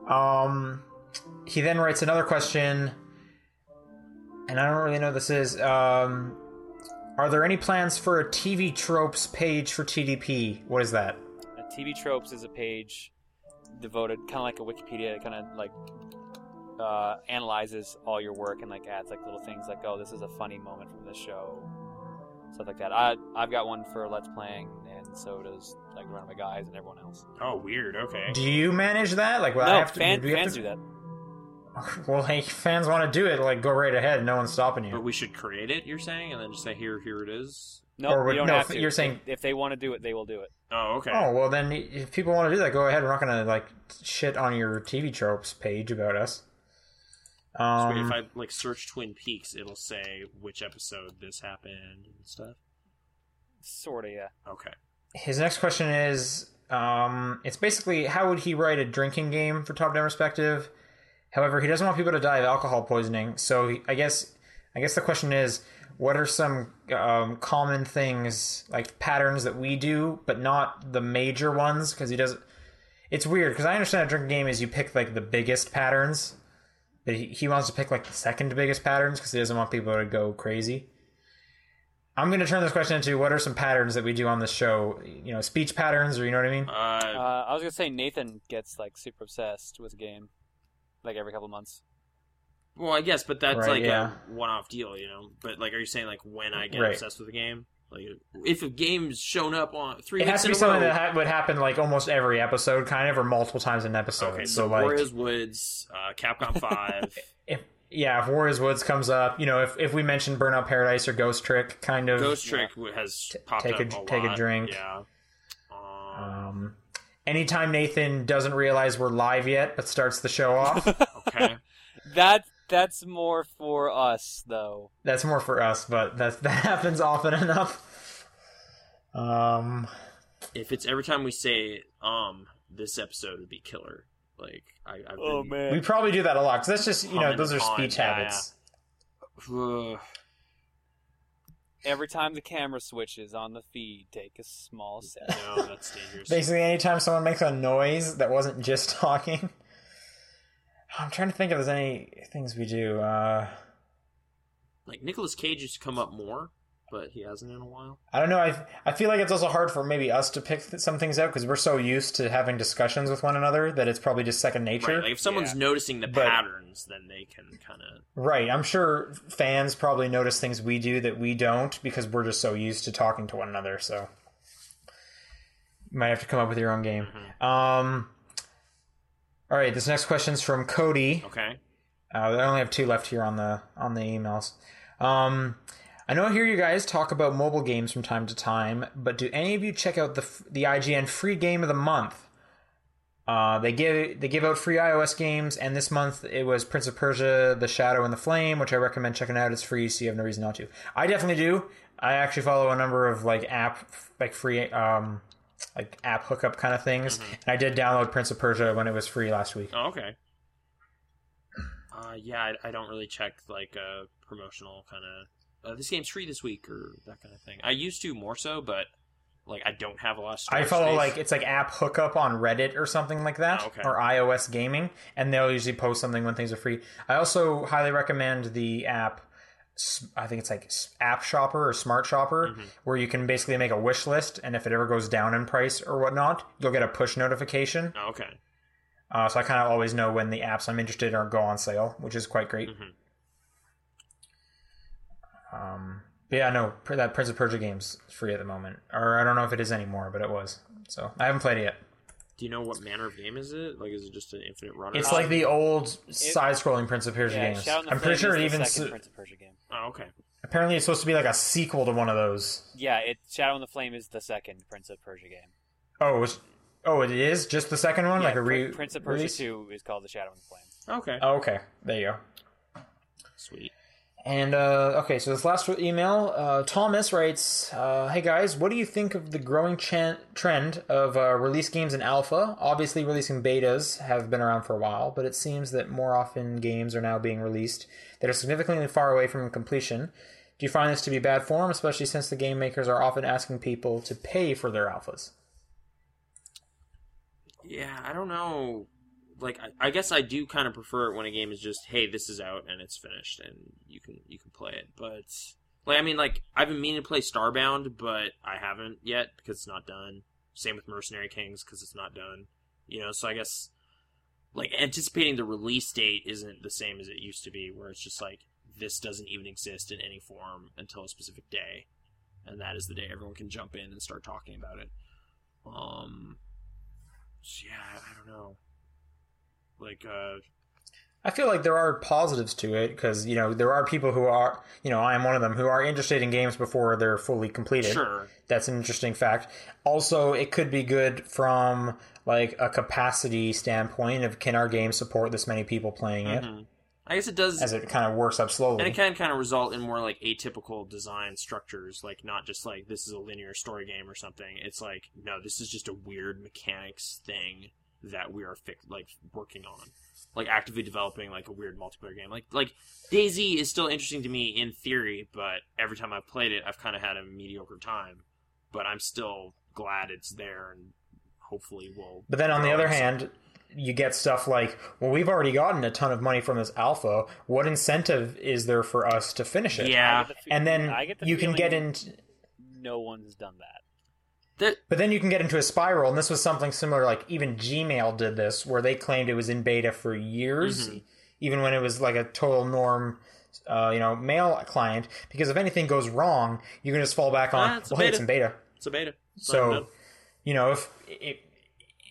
Um, he then writes another question, and I don't really know what this is. Um, are there any plans for a TV tropes page for TDP? What is that?
Uh, TV Tropes is a page devoted, kind of like a Wikipedia, that kind of like uh, analyzes all your work and like adds like little things like, oh, this is a funny moment from this show, stuff like that. I I've got one for Let's Playing, and so does like Run My Guys and everyone else.
oh weird okay
Do you manage that? Like, well, I
no,
have to.
fan,
do we have
fans
to-
do that.
Well, hey, fans want to do it, like go right ahead. No one's stopping
But
you.
we should create it, you're saying, and then just say here, here it is.
No,
Or would-
you don't
no,
have to.
you're saying-
if, if they want to do it, they will do it.
Oh, okay.
Oh well, then if people want to do that, go ahead. We're not gonna like shit on your TV tropes page about us.
So if
Um,
I like search Twin Peaks, it'll say which episode this happened and stuff.
Sort of, yeah.
Okay.
his next question is, um, it's basically how would he write a drinking game for top down perspective? However, he doesn't want people to die of alcohol poisoning, so he, I guess I guess the question is, what are some um, common things like patterns that we do, but not the major ones? Because he doesn't. It's weird because I understand a drinking game is you pick like the biggest patterns, but he, he wants to pick like the second biggest patterns because he doesn't want people to go crazy. I'm going to turn this question into what are some patterns that we do on this show? You know, speech patterns, or you know what I mean?
Uh,
Uh,
I was gonna say Nathan gets like super obsessed with the game, like every couple months.
well, I guess, but that's
Right,
like
yeah.
a one-off deal, you know. But like, are you saying like when I get
Right.
obsessed with a game, like if a game's shown up on three
It has
weeks
to
in
be
a row?
something that ha- would happen like almost every episode, kind of, or multiple times an episode.
okay,
so
so
like,
Warriors Woods, uh, Capcom Five.
if yeah, if War is Woods comes up, you know, if if we mention Burnout Paradise or Ghost Trick, kind of
Ghost Trick has popped
take
up
a-
a, lot.
take a drink.
Yeah. Um,
Um, anytime Nathan doesn't realize we're live yet, but starts the show off,
okay.
That that's more for us though.
that's more for us. But that that happens often enough. Um,
if it's every time we say um, this episode would be killer. Like I, I've
Oh,
been,
we probably do that a lot because that's just you know
Humming
those are
on,
speech
yeah,
habits.
Ugh.
Every time the camera switches on the feed, take a small sip.
No, that's dangerous.
Basically, anytime someone makes a noise that wasn't just talking. I'm trying to think if there's any things we do. Uh,
like Nicolas Cage used to come up more, but he hasn't in a while.
I don't know. I I feel like it's also hard for maybe us to pick th- some things out because we're so used to having discussions with one another that it's probably just second nature.
Right, like if someone's
Yeah.
noticing the
But-
patterns, then they can kind of.
Right. I'm sure fans probably notice things we do that we don't because we're just so used to talking to one another. So you might have to come up with your own game.
Mm-hmm.
Um, all right. This next question's from Cody.
Okay.
Uh, I only have two left here on the on the emails. Um, I know I hear you guys talk about mobile games from time to time, but do any of you check out the f- the IGN free game of the month? Uh, they give they give out free iOS games, and this month it was Prince of Persia: The Shadow and the Flame, which I recommend checking out. It's free, so you have no reason not to. I definitely do. I actually follow a number of like app like free um like app hookup kind of things, and I did download Prince of Persia when it was free last week.
Oh, okay. Uh, yeah, I, I don't really check like uh, promotional kind of. Uh, this game's free this week or that kind of thing. I used to more so, but like I don't have a lot of.
I
storage
follow
space.
like it's like app hookup on Reddit or something like that,
Oh, okay.
or iOS gaming, and they'll usually post something when things are free. I also highly recommend the app. S- I think it's like S- App Shopper or Smart Shopper,
Mm-hmm.
where you can basically make a wish list, and if it ever goes down in price or whatnot, you'll get a push notification.
Oh, okay.
Uh, so I kind of always know when the apps I'm interested in are go on sale, which is quite great.
Mhm. Mm-hmm.
Um, but yeah, no, pr- that Prince of Persia game's free at the moment, or I don't know if it is anymore, but it was. So I haven't played it yet.
Do you know what manner of game is it? Like, is it just an infinite runner?
It's
Uh,
like the old side-scrolling Prince of Persia
Yeah,
games.
Shadow and the
I'm pretty
Flame
sure
is
it
the
even
second
s-
Prince of Persia game.
oh, okay.
apparently it's supposed to be like a sequel to one of those.
Yeah, it Shadow and the Flame is the second Prince of Persia game.
Oh, it was, oh, it is just the second one,
Yeah,
like a re-
Prin- Prince of Persia
release?
Two is called the Shadow and the Flame.
Okay.
Oh, okay, there you go.
Sweet.
And uh, okay, so this last email, uh, Thomas writes, uh, "Hey guys, what do you think of the growing chan- trend of uh, release games in alpha? Obviously, releasing betas have been around for a while, but it seems that more often games are now being released that are significantly far away from completion. Do you find this to be bad form, especially since the game makers are often asking people to pay for their alphas?
Yeah, I don't know. Like, I, I guess I do kind of prefer it when a game is just, hey, this is out and it's finished and you can you can play it. But like, I mean, like I've been meaning to play Starbound, but I haven't yet because it's not done. Same with Mercenary Kings because it's not done. You know, so I guess like anticipating the release date isn't the same as it used to be, where it's just like this doesn't even exist in any form until a specific day, and that is the day everyone can jump in and start talking about it. Um, so, yeah, I don't know. Like, uh,
I feel like there are positives to it because you know there are people who are you know I am one of them who are interested in games before they're fully completed.
Sure.
that's an interesting fact. Also, it could be good from like a capacity standpoint of can our game support this many people playing it
Mhm. I guess it does,
as it kind of works up slowly.
and it can kind of result in more like atypical design structures, like not just like this is a linear story game or something. It's like no, this is just a weird mechanics thing that we are fi- like working on, like actively developing like a weird multiplayer game. Like like Daisy is still interesting to me in theory, but every time I've played it, I've kind of had a mediocre time. But I'm still glad it's there, and hopefully we'll.
But then on the other
Right.
hand, you get stuff like, well, we've already gotten a ton of money from this alpha. What incentive is there for us to finish it?
Yeah,
I get the fe-
And then
I get the
you can
feeling
get in,
No one's done that.
but then you can get into a spiral. And this was something similar, like even Gmail did this, where they claimed it was in beta for years,
Mm-hmm.
even when it was like a total norm, uh, you know, mail client. Because if anything goes wrong, you can just fall back on,
Ah, it's a
well, hey, it's
beta.
in beta.
it's a beta. It's not
So,
done.
you know, if if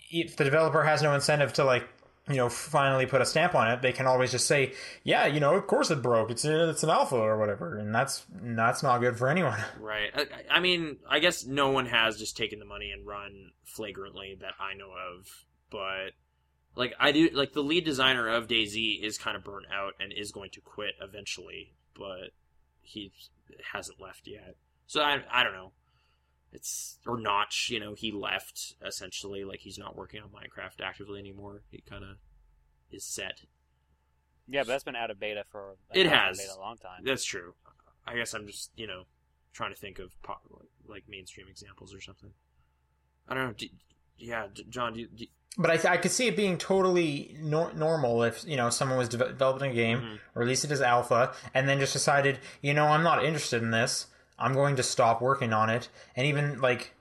if the developer has no incentive to like, you know, finally put a stamp on it, they can always just say, yeah, you know, of course it broke. It's it's an alpha or whatever, and that's that's not good for anyone.
Right. I, I- I mean, I guess no one has just taken the money and run flagrantly that I know of, but like I do like the lead designer of Daisy is kind of burnt out and is going to quit eventually, but he hasn't left yet. So I I don't know. It's or Notch, you know, he left essentially like he's not working on Minecraft actively anymore. He kind of is set.
Yeah, but that's been out of beta for
It
that's been
has.
beta a long time.
That's true. I guess I'm just you know trying to think of pop, like mainstream examples or something. I don't know. Do, yeah, J- John. Do, do,
But I, I could see it being totally nor- normal if you know someone was de- developing a game, released it as alpha, and then just decided, you know, I'm not interested in this. I'm going to stop working on it. And even like,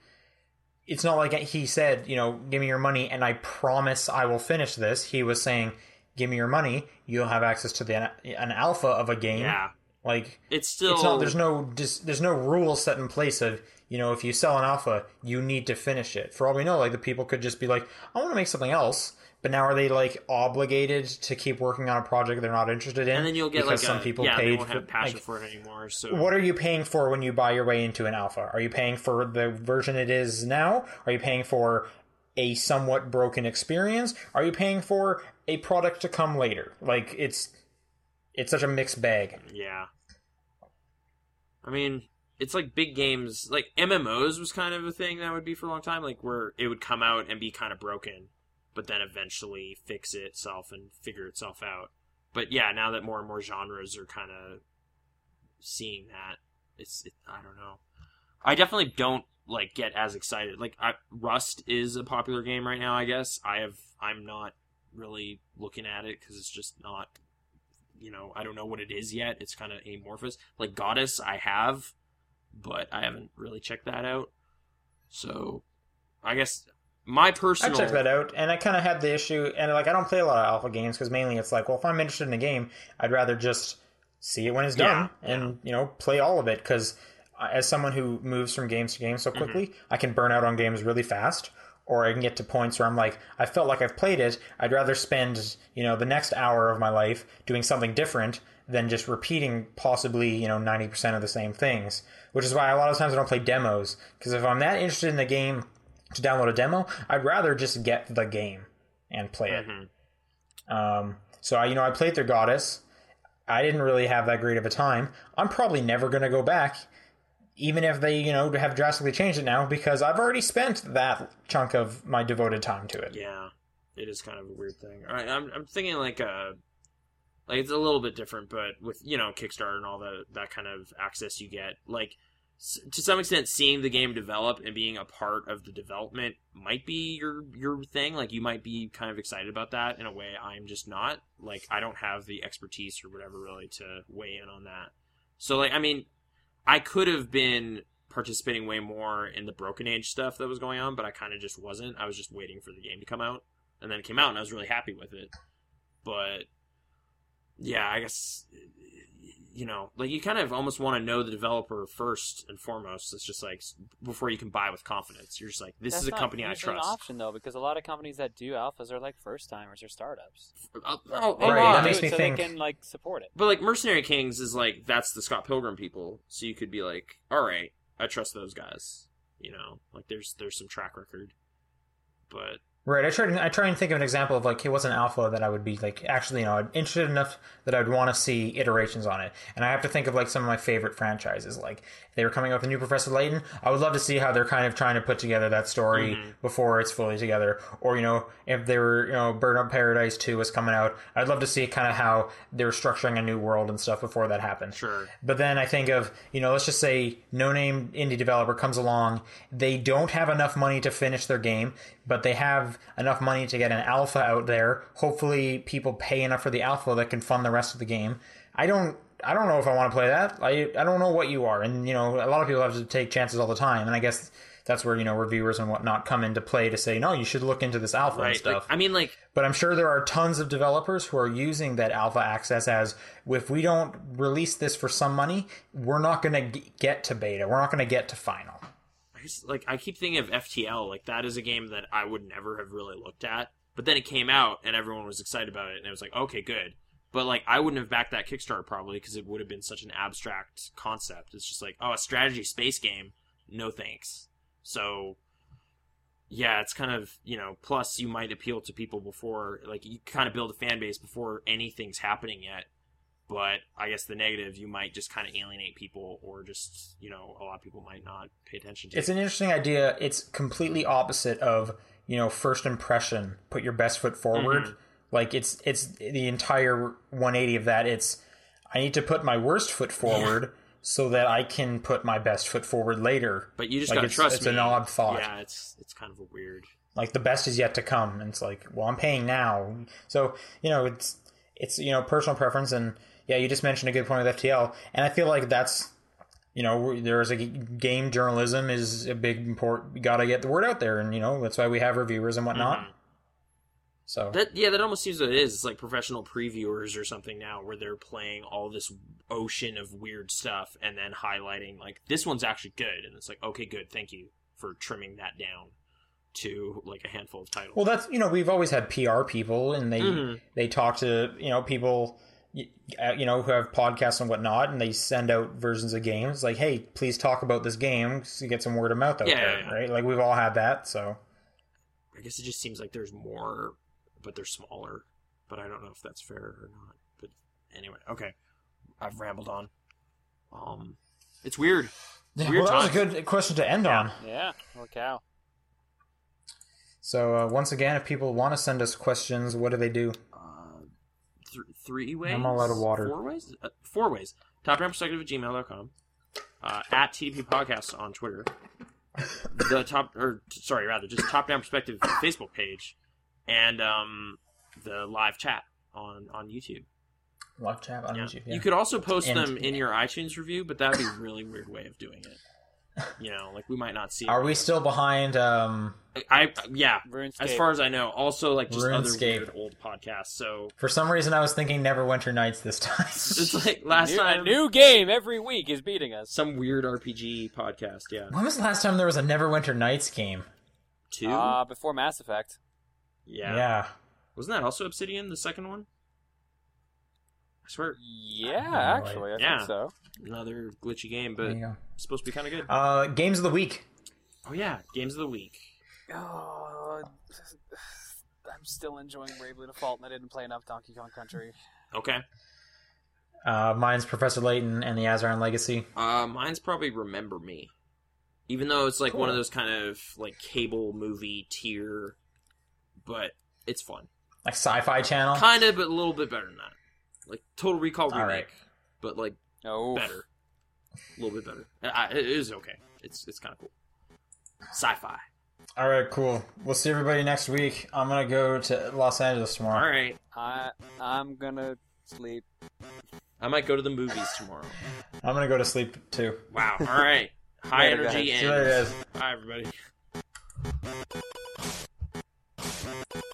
it's not like he said, you know, give me your money, and I promise I will finish this. He was saying, give me your money, you'll have access to the an alpha of a game.
yeah,
Like
it's still
it's not. There's no. Dis, there's no rule set in place of you know if you sell an alpha, you need to finish it. For all we know, like the people could just be like, I want to make something else. But now are they like obligated to keep working on a project they're not interested in?
and then you'll get like
because
a,
some people
yeah,
paid
they won't
for-
have passion
like,
for it anymore. So
What are you paying for when you buy your way into an alpha? Are you paying for the version it is now? Are you paying for a somewhat broken experience? Are you paying for a product to come later? Like it's it's such a mixed bag.
Yeah. I mean, it's like big games, like MMOs was kind of a thing that would be for a long time, like where it would come out and be kind of broken, but then eventually fix itself and figure itself out. But yeah, now that more and more genres are kind of seeing that, it's it, I don't know. I definitely don't like get as excited. Like I, Rust is a popular game right now, I guess. I have I'm not really looking at it cuz it's just not you know, I don't know what it is yet. It's kind of amorphous. Like Goddess, I have, but I haven't really checked that out. So, I guess my
I
personal
checked that out, and I kind of had the issue, and like I don't play a lot of alpha games because mainly it's like, well, if I'm interested in a game, I'd rather just see it when it's done
Yeah,
and you know play all of it because as someone who moves from games to games so quickly, I can burn out on games really fast, or I can get to points where I'm like, I felt like I've played it. I'd rather spend you know the next hour of my life doing something different than just repeating possibly you know 90% of the same things which is why a lot of times i don't play demos because if i'm that interested in the game to download a demo. I'd rather just get the game and play it.
Mhm.
Um, so I, you know, I played through Goddess. I didn't really have that great of a time. I'm probably never going to go back, even if they, you know, have drastically changed it now, because I've already spent that chunk of my devoted time to it.
Yeah, it is kind of a weird thing. All right, I'm I'm thinking like a like it's a little bit different, but with you know Kickstarter and all the that kind of access you get, like s- to some extent, seeing the game develop and being a part of the development might be your your thing. Like you might be kind of excited about that in a way I'm just not. Like I don't have the expertise or whatever really to weigh in on that. So like I mean, I could have been participating way more in the broken age stuff that was going on but i kind of just wasn't i was just waiting for the game to come out and then it came out and i was really happy with it but yeah i guess you know, like you kind of almost want to know the developer first and foremost. It's just like s- before you can buy with confidence. You're just like, this
That's
is a
not
company I
usually an
trust.
option though, because a lot of companies that do alphas are like first timers or startups.
Uh, oh,
They
oh,
Right,
wow.
that
do
makes
it
me
so
think.
they can like support it.
But like Mercenary Kings is like that's the Scott Pilgrim people, so you could be like, all right, I trust those guys. You know, like there's there's some track record, but
Right. I try. I try and think of an example of like, hey, what's an alpha that I would be like actually, you know, interested enough that I'd want to see iterations on it. And I have to think of like some of my favorite franchises. Like if they were coming up with a new Professor Layton. I would love to see how they're kind of trying to put together that story before it's fully together. Or you know, if they were, you know, Burn Up Paradise Two was coming out, I'd love to see kind of how they were structuring a new world and stuff before that happened.
sure,
But then I think of, you know, let's just say no name indie developer comes along. They don't have enough money to finish their game, but they have enough money to get an alpha out there. Hopefully people pay enough for the alpha that can fund the rest of the game. I don't I don't know if I want to play that. I I don't know what you are. And you know, a lot of people have to take chances all the time. And I guess that's where, you know, reviewers and whatnot come into play to say, no, you should look into this alpha and
right? Like,
stuff.
I mean, like
But I'm sure there are tons of developers who are using that alpha access as if we don't release this for some money, we're not going to get to beta. We're not going to get to final.
I just, like I keep thinking of FTL. Like that is a game that I would never have really looked at, but then it came out and everyone was excited about it, and it was like, okay, good. But like I wouldn't have backed that Kickstarter probably because it would have been such an abstract concept. It's just like, oh, a strategy space game. No thanks. So yeah, it's kind of you know. Plus, you might appeal to people before, like you kind of build a fan base before anything's happening yet. But I guess the negative, you might just kind of alienate people, or just you know, a lot of people might not pay attention to.
It's an interesting idea. It's completely opposite of, you know, first impression, put your best foot forward. Like it's it's the entire 180 of that. It's I need to put my worst foot forward so that I can put my best foot forward later.
But you just
Like,
gotta
it's-
trust
it's
me.
an odd thought.
Yeah, it's it's kind of a weird.
like the best is yet to come and it's like well i'm paying now so you know it's it's you know personal preference and yeah you just mentioned a good point with ftl and i feel like that's you know there's a g- game journalism is a big import gotta get the word out there and you know that's why we have reviewers and whatnot so
That yeah, that almost seems what it is. It's like professional previewers or something now, where they're playing all this ocean of weird stuff and then highlighting like this one's actually good, and it's like okay, good, thank you for trimming that down to like a handful of titles.
well that's you know we've always had pr people and they
Mhm.
they talk to you know people y- uh, you know who have podcasts and whatnot and they send out versions of games like hey please talk about this game so you get some word of mouth out
Yeah,
there
yeah, yeah.
right like we've all had that so
I guess it just seems like there's more, but they're smaller. But I don't know if that's fair or not. But anyway, okay, I've rambled on. Um, it's weird.
Yeah,
Weird
well, that was a
times.
good question to end on.
Yeah. Holy cow.
So uh, once again, if people want to send us questions, what do they do?
uh, th- three ways.
I'm all out of water.
Four ways. Uh, four ways. Top perspective at gmail.com. Uh, at TDP Podcast on Twitter. The top, or t- sorry, rather, just Top Down Perspective Facebook page, and um, the live chat on on YouTube.
Live chat on
Yeah.
YouTube. Yeah.
You could also post
And-
them in your iTunes review, but that'd be a really weird way of doing it. You know, like we might not see.
Are
it.
we still behind? Um,
I, I yeah.
RuneScape.
As far as I know, also like just other
RuneScape.
weird old podcasts. So
for some reason, I was thinking Neverwinter Nights this time.
it's like last
new,
time
a new game every week is beating us.
some weird RPG podcast. Yeah,
when was the last time there was a Neverwinter Nights game?
two.
Uh, before Mass Effect.
yeah. wasn't that also Obsidian? The second one. I swear,
Yeah,
I don't know,
actually, I
Oh, yeah.
think so.
another glitchy game,
There
but
you
it's supposed to be kind of good.
go. Uh, games of the week.
Oh yeah, games of the week.
Oh, I'm still enjoying Bravely Default, and I didn't play enough Donkey Kong Country.
Okay,
Uh, mine's Professor Layton and the Azeron Legacy.
uh, mine's probably Remember Me, even though it's like one of those kind of like cable movie tier, but it's fun,
Like Sci-Fi Channel.
kind of, but a little bit better than that. Like Total Recall
All
remake,
right.
but like
No,
better, a little bit better. I, I- it is okay. It's it's kind of cool. Sci-fi.
All right, cool. We'll see everybody next week. I'm gonna go to Los Angeles tomorrow.
All right.
I I'm gonna sleep.
I might go to the movies tomorrow.
I'm gonna go to sleep too.
Wow. All right. High
Later,
energy
See
and
you later, guys.
hi everybody.